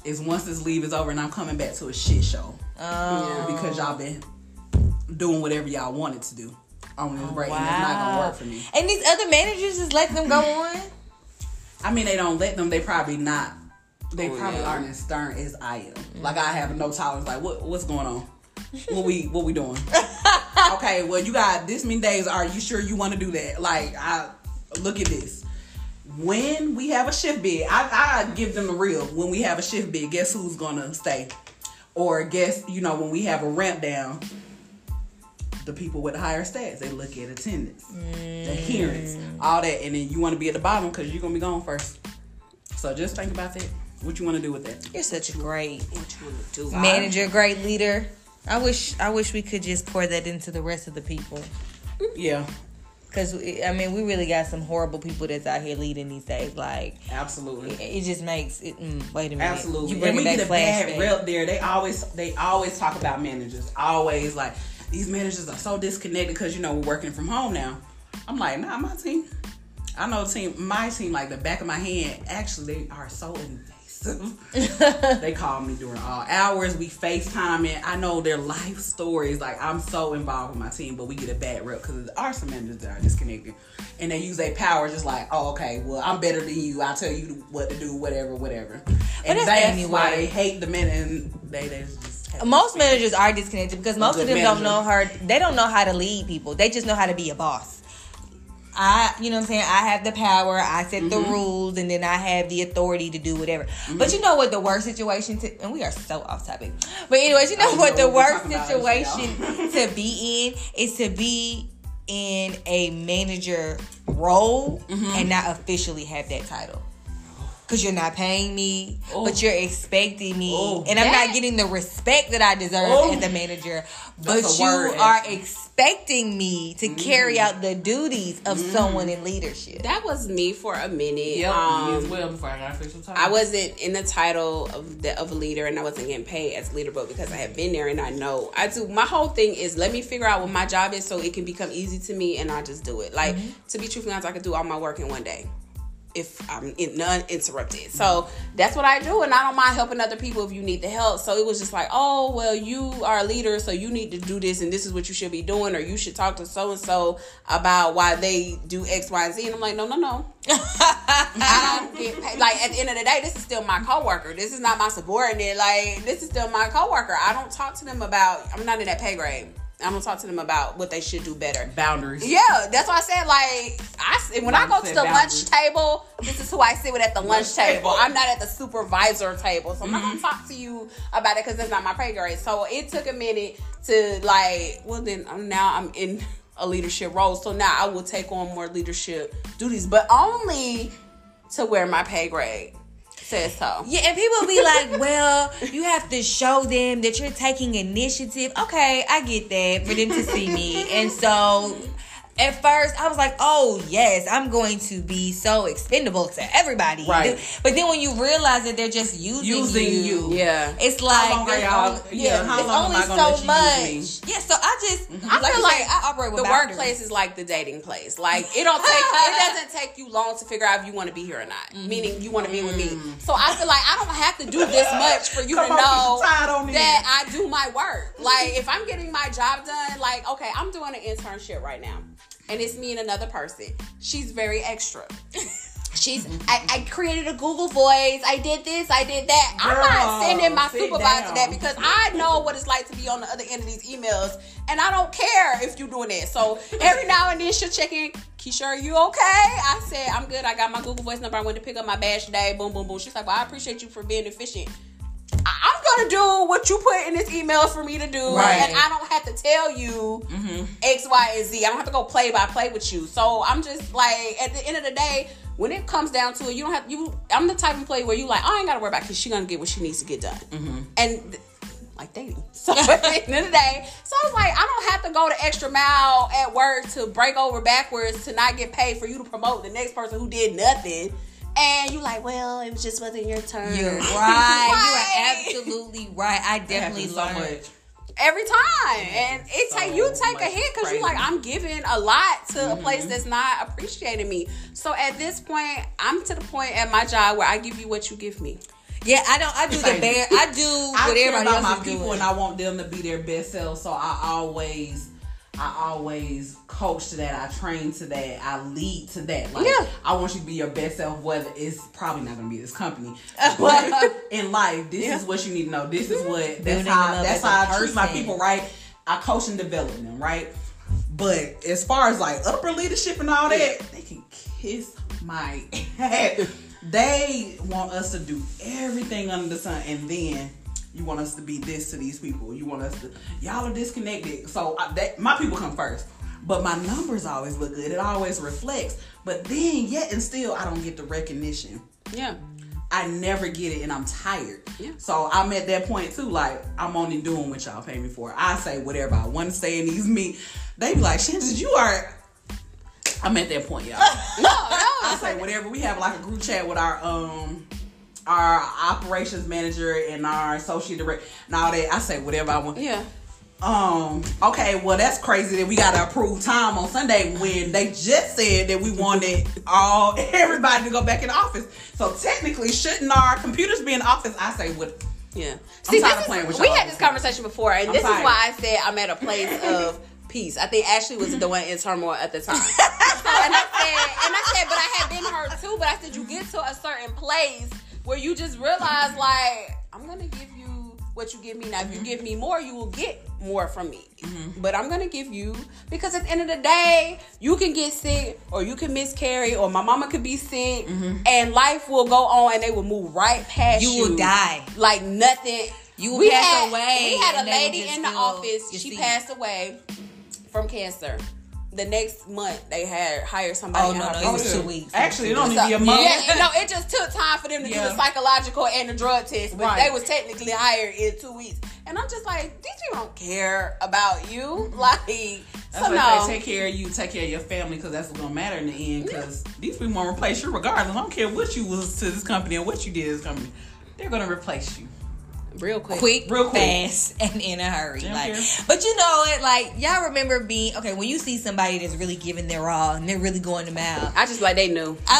S1: is once this leave is over and I'm coming back to a shit show because y'all been doing whatever y'all wanted to do on this break, and it's not gonna work for me.
S3: And these other managers just let them go on.
S1: I mean, they don't let them. They probably not. They
S2: Oh,
S1: probably
S2: yeah. Mm-hmm.
S1: aren't as stern as I am. Like I have no tolerance. Like what what's going
S2: [laughs]
S1: on? What we what we doing? okay, well you got this many days. Are you sure you want to do that? Like I look at this. When we have a shift bid, I, I give them the real. When we have a shift bid, guess who's gonna stay? Or guess you know when we have a ramp down, the people with higher stats they look at attendance, adherence, all that, and then you want to be at the bottom because you're gonna be gone first. So just think about that. What you want to do with that?
S3: You're such a great
S2: What you wanna do?
S3: manager, great leader. I wish I wish we could just pour that into the rest of the people.
S1: Yeah,
S3: Cause we- I mean, we really got some horrible people that's out here leading these days. Like
S1: absolutely.
S3: it- it just makes it. Mm, wait a minute.
S1: Absolutely.
S3: You
S1: and
S3: bring
S1: we
S3: back
S1: get a bad
S3: flashback.
S1: rep there. They always they always talk about managers. Always like these managers are so disconnected because you know we're working from home now. I'm like, nah, my team. I know team my team like the back of my hand. Actually, they are so invasive. they call me during all hours. We FaceTiming. I know their life stories. Like I'm so involved with my team, but we get a bad rep because there are some managers that are disconnected, and they use their power just like, oh, okay, well, I'm better than you. I tell you what to do, whatever, whatever. And
S3: that's
S1: that's,
S3: anyway.
S1: why they hate the men, and they they just hate
S3: Most managers are disconnected because most of
S1: good
S3: them
S1: manager.
S3: don't know how they don't know how to lead people. They just know how to be a boss. I, you know what I'm saying? I have the power. I set the
S1: Mm-hmm.
S3: rules, and then I have the authority to do whatever. But you know what? The worst situation to and we are so off topic. But anyways, you know
S1: I
S3: what?
S1: know
S3: The
S1: what we're
S3: worst
S1: talking about, [laughs]
S3: situation to be in is to be in a manager role
S1: Mm-hmm.
S3: and not officially have that title. Cause you're not paying me,
S1: Oh.
S3: but you're expecting me,
S1: Ooh.
S3: and I'm
S2: That-
S3: not getting the respect that I deserve
S1: Ooh.
S3: as a manager. But
S1: Oh. That's a
S3: you
S1: word, Mm.
S3: are
S1: actually.
S3: expecting me to carry out the duties of
S1: Mm.
S3: someone in leadership.
S2: That was me for a minute.
S1: Yep, me
S2: um,
S1: as well before I got official time.
S2: I wasn't in the title of the of a leader, and I wasn't getting paid as leader, but because I had been there and I know I do. My whole thing is let me figure out what my job is so it can become easy to me, and I just do it. Like to be truthful, honest, I could do all my work in one day. if I'm in, none interrupted. So that's what I do, and I don't mind helping other people if you need the help. So it was just like, oh well, you are a leader, so you need to do this, and this is what you should be doing, or you should talk to so and so about why they do X, Y, and Z. And I'm like, no, no, no, I don't get paid. Like at the end of the day, this is still my coworker. This is not my subordinate. Like this is still my coworker. I don't talk to them about. I'm not in that pay grade. I'm gonna talk to them about what they should do better.
S1: Boundaries.
S2: Yeah, that's why I said like I when I
S1: Mom
S2: go to
S1: said
S2: the
S1: boundaries.
S2: lunch table, this is who I sit with at the lunch table. Mm-hmm.
S1: table.
S2: I'm not at the supervisor table, so I'm not gonna talk to you about it because that's not my pay grade. So it took a minute to like. Well, then um, now I'm in a leadership role, so now I will take on more leadership duties, but only to where my pay grade says so.
S3: Yeah, and people be
S1: [laughs]
S3: like, well, you have to show them that you're taking initiative. Okay, I get that for them to see me. And so at first I was like, oh, yes, I'm going to be so expendable to everybody.
S1: Right.
S3: But then when you realize that they're just using,
S1: Using you.
S2: Yeah.
S3: It's like
S1: long are
S3: there's
S1: y'all-
S3: only-
S1: yeah, how
S3: it's
S1: long am
S3: only
S1: I gonna
S3: so
S1: let you use Mm-hmm.
S3: much. Yeah, so I just
S2: I
S3: like
S2: feel
S3: you
S2: like
S3: said, I operate with
S2: the
S3: boundaries.
S2: workplace is like the dating place. Like it don't
S1: [laughs]
S2: take it doesn't take you long to figure out if you want to be here or not.
S1: Mm-hmm.
S2: Meaning you want to be with me. So I feel like I don't have to do this much for you
S1: Mm. Come on, get
S2: to know
S1: your tide on in.
S2: that I do my work. Like if I'm getting my job done, like okay, I'm doing an internship right now, and it's me and another person. She's very
S1: [laughs]
S2: extra. She's. I, I created a Google Voice. I did this. I did that. I'm
S1: Girl,
S2: not sending my
S1: sit
S2: supervisor
S1: down.
S2: that because I know what it's like to be on the other end of these emails, and I don't care if you're doing that. So every now and then she'll check in. Keisha, are you okay? I said I'm good. I got my Google Voice number. I went to pick up my badge today. Boom, boom, boom. She's like, "Well, I appreciate you for being efficient." I- I'm gonna do what you put in this email for me to do,
S1: Right.
S2: and I don't have to tell you X, Y, and Z. I don't have to go play by play with you. So I'm just like, at the end of the day, when it comes down to it, you don't have you. I'm the type of player where you like, "Oh, I ain't gotta worry about because she gonna get what she needs to get done, and th- like dating. [laughs] So at the end of the day, so I was like, I don't have to go the extra mile at work to break over backwards to not get paid for you to promote the next person who did nothing. And you like, well, it was just wasn't your turn. [laughs]
S3: [laughs]
S1: [laughs]
S3: You're right.
S2: Right.
S3: You are absolutely right. I
S1: It happens
S3: definitely learned.
S2: every time and it
S1: so
S2: take you take a
S1: much
S2: hit because you
S1: crazy.
S2: like i'm giving a lot to a place that's not appreciating me so at this point i'm to the point at my job where i give you what you give me
S3: Yeah, I don't. I do the
S1: Same.
S3: bare. I do
S1: [laughs] I
S3: what
S1: care
S3: everybody
S1: about
S3: else
S1: my
S3: is
S1: people
S3: doing.
S1: and I want them to be their best selves. So I always, I always coach to that. I train to that. I lead to that. Like
S2: Yeah.
S1: I want you to be your best self. Whether it's probably not going to be this
S3: [laughs]
S1: company, but in life, this is what you need to know. This is what that's
S3: Building them
S1: how
S3: up
S1: that's
S3: as a
S1: how I treat my
S3: person.
S1: people. Right? I coach and develop them. Right? But as far as like upper leadership and all that, they can kiss my ass. they want us to do everything under the sun, and then you want us to be this to these people. You want us to y'all are disconnected. So I, that my people come first, but my numbers always look good. It always reflects. But then yet and still, I don't get the recognition.
S2: yeah
S1: I never get it and I'm tired.
S2: Yeah.
S1: So I'm at that point too, like I'm only doing what y'all pay me for. I say whatever I want to say in these meet. They be like, Shannon, you are I'm at that point, y'all. [laughs]
S2: no
S1: I
S2: no
S1: say whatever. We have like a group chat with our um our operations manager and our associate director and all that. I say whatever I want.
S2: yeah
S1: Um, okay, well that's crazy that we gotta approve time on Sunday when they just said that we wanted all [laughs] everybody to go back in the office. So technically shouldn't our computers be in the office? I say what
S2: yeah see
S1: tired
S2: this
S1: of
S2: is,
S1: playing with
S2: we
S1: y'all.
S2: had this conversation before and
S1: I'm
S2: this is
S1: tired.
S2: why i said i'm at a place of peace i think ashley was the one in turmoil at
S1: [laughs]
S2: the time and I said, and I said, but I had been hurt too. But I said, you get to a certain place where you just realize, like, I'm gonna give you what you give me. Now, if
S3: Mm-hmm.
S2: you give me more, you will get more from me. But I'm gonna give you because at the end of the day, you can get sick or you can miscarry or my mama could be sick, and life will go on and they will move right past you.
S3: Mm-hmm. You will die.
S2: like nothing.
S3: You will
S2: we
S3: pass
S2: had,
S3: away
S2: We had
S3: and
S2: a
S3: they will
S2: lady
S3: just
S2: in the
S3: feel
S2: office.
S3: your
S2: She
S3: seed.
S2: passed away from cancer. The next month, they had hired somebody.
S3: Oh, no,
S2: out
S3: no,
S2: of
S3: it was
S2: business.
S3: two weeks.
S1: Actually, it don't even
S2: So-
S1: be a month.
S2: Yeah, no, it just took time for them to do
S1: Yeah.
S2: the psychological and the drug test, but
S1: Right.
S2: they was technically hired in two weeks. And I'm just like, these people don't care about you. [laughs] Like,
S1: That's
S2: [laughs] so
S1: why I
S2: no.
S1: say take care of you, take care of your family, because that's what's gonna matter in the end. Because these people gonna replace you regardless. I don't care what you was to this company and what you did to this company. They're gonna replace you.
S2: Real quick.
S3: quick,
S1: Real quick.
S3: fast, and in a hurry.
S1: Damn
S3: Like,
S1: care.
S3: but you know it. Like, y'all remember being okay when you see somebody that's really giving their all and they're really going to mouth.
S2: I just like they knew.
S3: I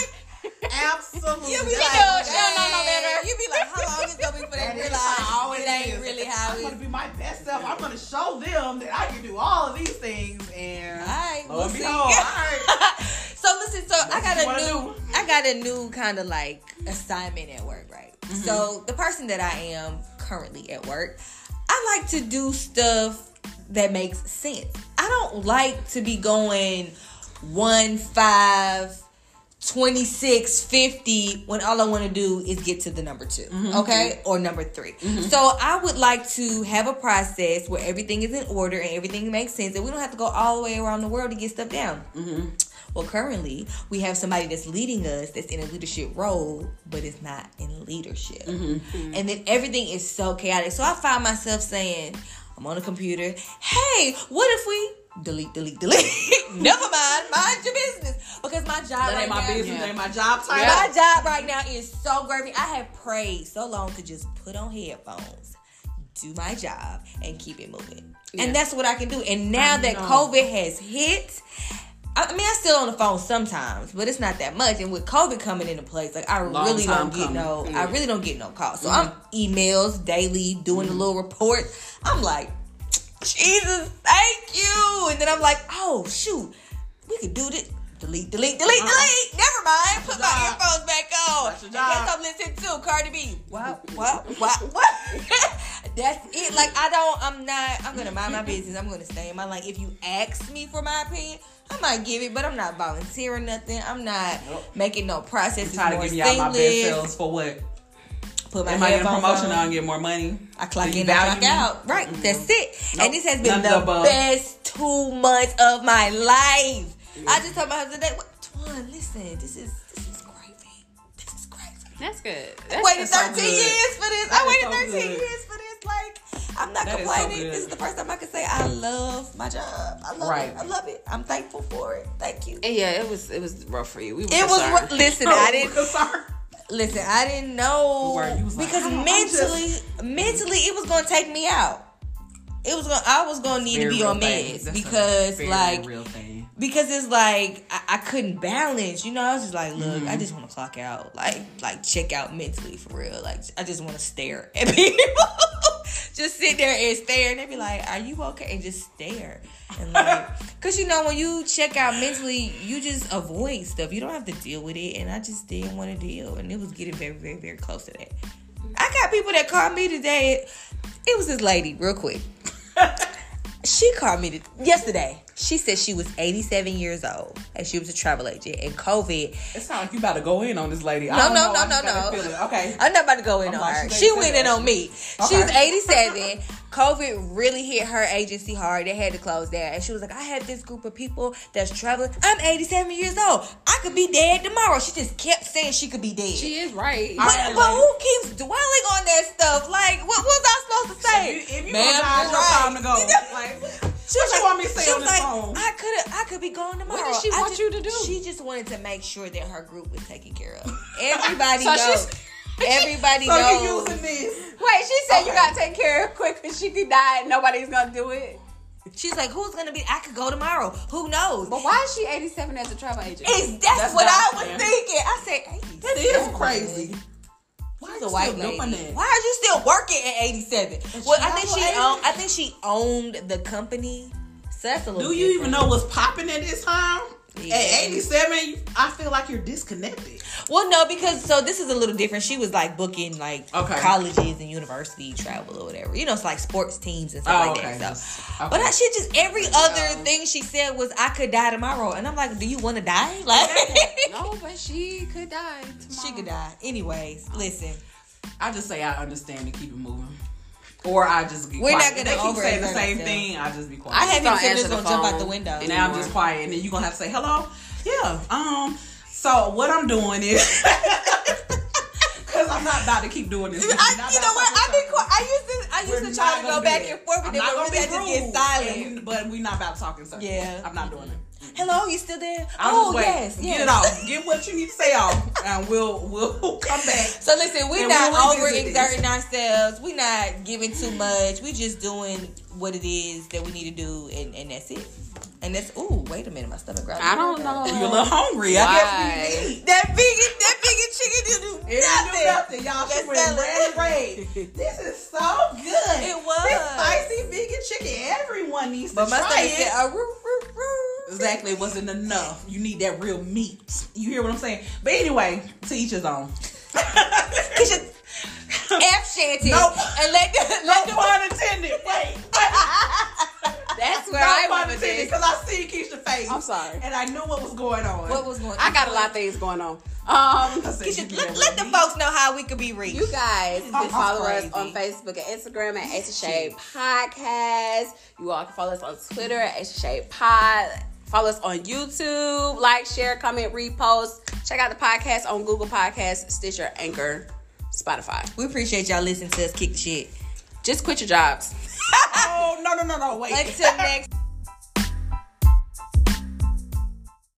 S3: laugh.
S1: [laughs] Absolutely.
S3: You be
S1: That's
S3: like,
S2: She know it. She
S3: "Dang."
S2: don't know no better.
S3: You be like, how long is it gonna be for they
S1: That is
S3: realize
S1: how
S3: it ain't
S1: is.
S3: really how
S1: I'm
S3: it
S1: gonna be my best self. I'm gonna show them that I can do all of these things. And
S3: All right,
S1: lo
S3: we'll
S1: and
S3: see.
S1: behold,
S3: [laughs]
S1: I
S3: so listen, so I got
S1: what you
S3: a new,
S1: wanna do.
S3: I got a new kind of like assignment at work, right?
S1: Mm-hmm.
S3: So the person that I am currently at work, I like to do stuff that makes sense. I don't like to be going one five. 2650 when all I want to do is get to the number 2,
S1: Mm-hmm.
S3: okay? Or number 3. So I would like to have a process where everything is in order and everything makes sense and we don't have to go all the way around the world to get stuff down. Well, currently, we have somebody that's leading us that's in a leadership role, but it's not in leadership.
S1: Mm-hmm.
S3: And then everything is so chaotic. So I find myself saying, I'm on a computer. Hey, what if we delete, delete, delete? [laughs] Never mind. Mind your business. Because my job
S1: That
S3: right
S1: ain't my
S3: now.
S1: business.
S2: Yeah.
S1: Ain't my job title.
S3: My job right now is so gravy. I have prayed so long to just put on headphones, do my job, and keep it moving.
S2: Yeah.
S3: And that's what I can do. And now
S1: I
S3: that
S1: know.
S3: COVID has hit, I I mean, I'm still on the phone sometimes, but it's not that much. And with COVID coming into place, like I
S1: Long
S3: really
S1: time Mm-hmm.
S3: don't get no,
S2: coming.
S3: I really don't get no calls. So I'm emails daily, doing the little reports. I'm like, Jesus, thank you. And then I'm like, oh shoot, we could do this. Delete, delete, delete, delete. Never mind. Put my
S1: job.
S3: earphones back on.
S1: Uh-uh. That's your
S3: And guess
S1: job.
S3: I'm listening to Cardi B. What, what, what, what? [laughs] That's it. Like I don't. I'm not. I'm gonna mind my business. I'm gonna stay in my lane. If you ask me for my opinion, I might give it, but I'm not volunteering nothing. I'm not
S1: Nope.
S3: making no processes
S1: Try to
S3: more
S1: give me out my best
S3: seamless.
S1: sales for what?
S3: Put my
S1: Am I getting a
S3: headphones
S1: promotion?
S3: on.
S1: I don't get more money.
S3: I clock
S1: Do you
S3: in, I
S1: value
S3: clock
S1: me?
S3: out. Right, that's it.
S1: Nope,
S3: And this has been
S1: none of
S3: the
S1: the above.
S3: best two months of my life. I just told my husband that, "What- Twan, listen, this is this is crazy. This is crazy.
S2: That's good.
S3: I
S2: That's
S3: waited
S1: so
S3: 13
S1: good.
S3: years for this.
S1: That
S3: I
S1: is
S3: waited
S1: so
S3: 13
S1: good.
S3: years for this. Like, I'm not
S1: That is so
S3: complaining.
S1: good.
S3: this is the first time I can say I love my job. I love
S1: Right.
S3: it. I love it. I'm thankful for it. Thank you.
S2: And yeah, it was it was rough for you. We were
S3: It was
S2: concerned.
S3: ru- listen. I didn't
S1: Oh, [laughs] Sorry.
S3: Listen, I didn't know
S1: You were- you was like,
S3: because
S1: I don't- I'm
S3: mentally, mentally, it was gonna take me out. It was gonna, I was gonna need to be on meds because, like,
S1: real
S3: [laughs]
S1: thing.
S3: because it's like I, I couldn't balance. You know, I was just like, look, I just want to clock out, like, like check out mentally for real. Like, I just want to stare [laughs] at people, just sit there and stare, and they be like, "Are you okay?" And just stare, and like, cause you know when you check out mentally, you just avoid stuff. You don't have to deal with it, and I just didn't want to deal, and it was getting very, very, very close to that. I got people that called me today. It was this lady, real quick. She called me to- yesterday. She said she was 87 years old and she was a travel agent. And COVID,
S1: It sounds like you about to go in on this lady. I
S3: No,
S1: don't
S3: no,
S1: know. I
S3: no,
S1: just
S3: no,
S1: got
S3: no.
S1: that feeling. Okay.
S3: I'm not about to go in
S1: I'm
S3: on
S1: like,
S3: her.
S1: she
S3: She
S1: didn't
S3: went
S1: say
S3: in
S1: that.
S3: on me.
S1: Okay. [laughs]
S3: She's 87. COVID really hit her agency hard. They had to close down. And she was like, I had this group of people that's traveling. I'm 87 years old. I could be dead tomorrow. She just kept saying she could be dead.
S2: She is right.
S3: but,
S1: Alright,
S3: but
S1: lady.
S3: who keeps dwelling on that stuff? Like, what was I supposed to say?
S1: If you, if you gonna
S3: Ma'am,
S1: die, it's
S3: you're
S1: your time to
S3: right.
S1: go.
S3: [laughs] You know?
S1: Like,
S3: She was
S1: What you want me to say
S3: she
S1: on
S3: was
S1: this
S3: like,
S1: phone?
S3: I could I could be gone tomorrow.
S2: did she
S3: I
S2: want
S3: just-
S2: you to do?
S3: She just wanted to make sure that her group was taken care of.
S1: [laughs]
S3: Everybody
S2: So
S3: knows.
S2: she's-
S3: Everybody
S1: so
S3: knows.
S1: you using this?
S2: Wait, she said you
S1: Okay.
S2: gotta take care of her quick because she could die and nobody's gonna do it.
S3: She's like, who's gonna be? I could go tomorrow. Who knows?
S2: But why is she 87 as a travel agent?
S3: It's, that's,
S1: That's
S3: what I
S1: dumb,
S3: was
S1: man.
S3: thinking. I said,
S1: That is crazy. Why
S3: She's
S1: you
S3: a white
S1: still doing
S3: lady.
S1: that?
S3: Why are you still working at 87? Well, I think she
S1: travel
S3: owned, I think she owned the company. So that's a little.
S1: Do you even know what's popping at this time?
S3: Yeah.
S1: At 87, I feel like you're disconnected.
S3: Well, no, because so this is a little different. She was like booking like
S1: Okay.
S3: colleges and university travel or whatever. You know, it's like sports teams and stuff
S1: Oh,
S3: like
S1: okay.
S3: that.
S1: Just-
S3: So,
S1: okay.
S3: but I, she just every other thing she said was I could die tomorrow, and I'm like, do you want to die? [laughs] Like,
S2: no, but she could die tomorrow.
S3: she could die. Anyways, listen,
S1: I just say I understand and keep it moving. Or I just be
S3: We're not
S1: quiet.
S3: gonna
S1: they keep saying the
S3: overexert
S1: same
S3: ourselves.
S1: thing. I just be quiet.
S3: I have
S2: don't
S3: him said
S2: answer
S3: this
S2: the
S3: gonna jump out the
S2: phone.
S3: window.
S1: and now I'm just quiet, and then you're gonna have to say hello. Yeah. Um. So what I'm doing is [laughs] because I'm not about to keep doing this.
S3: I, you know what? I been qui- I used to I
S1: We're
S3: used to
S1: not
S3: try to
S1: gonna
S3: go
S1: do
S3: back
S1: that.
S3: and forth, but
S1: I'm
S3: then
S1: not
S3: when
S1: gonna
S3: really
S1: be
S3: I just get
S1: rude,
S3: silent.
S1: and- But we're not about talking. So
S3: Yeah.
S1: I'm not doing it.
S3: Hello, you still there?
S1: I'll
S3: oh
S1: just wait.
S3: yes,
S1: Get
S3: yes.
S1: it off. Get what you need to say off, and we'll we'll [laughs] come back.
S3: So listen, we're
S1: And
S3: not
S1: we'll revisit
S3: overexerting ourselves. We're not giving too much. We're just doing what it is that we need to do, and, and that's it. And that's ooh, wait a minute, my stomach growling.
S2: I don't know.
S1: You're a little hungry. I guess we
S2: Why?
S1: need.
S3: That big, that big She can do nothing.
S1: It didn't do nothing, y'all. She
S3: That's
S1: went red
S3: salad.
S1: raid. This is so good.
S3: It was.
S1: This spicy vegan chicken. Everyone needs to
S3: But my
S1: try
S3: stomach
S1: it.
S3: said, uh, roo, roo, roo.
S1: Exactly, it wasn't enough. You need that real meat. You hear what I'm saying? But anyway, to each his own.
S3: F shanty.
S1: Nope.
S3: And let the,
S1: [laughs] no
S3: let the
S1: pun intended. Wait,
S3: That's where
S1: no
S3: I
S1: pun
S3: went with
S1: intended.
S3: this.
S1: Because I see Keisha face.
S2: I'm sorry.
S1: and I knew what was going on.
S3: What was going?
S2: I got a lot of things going on. Um,
S1: I said, you
S3: Keisha,
S1: do
S3: let,
S1: that
S3: let the
S1: real meat.
S3: folks know how we could be reached.
S2: You guys
S1: I'm
S2: can follow
S1: crazy.
S2: us on Facebook and Instagram at Ace of Shade Podcast. You all can follow us on Twitter at Ace of Shade Pod. Follow us on YouTube. Like, share, comment, repost. Check out the podcast on Google Podcasts, Stitcher, Anchor, Spotify.
S3: we appreciate y'all listening to us kick the shit.
S2: Just quit your jobs.
S1: Oh no no no no! Wait.
S2: [laughs]
S3: Until next.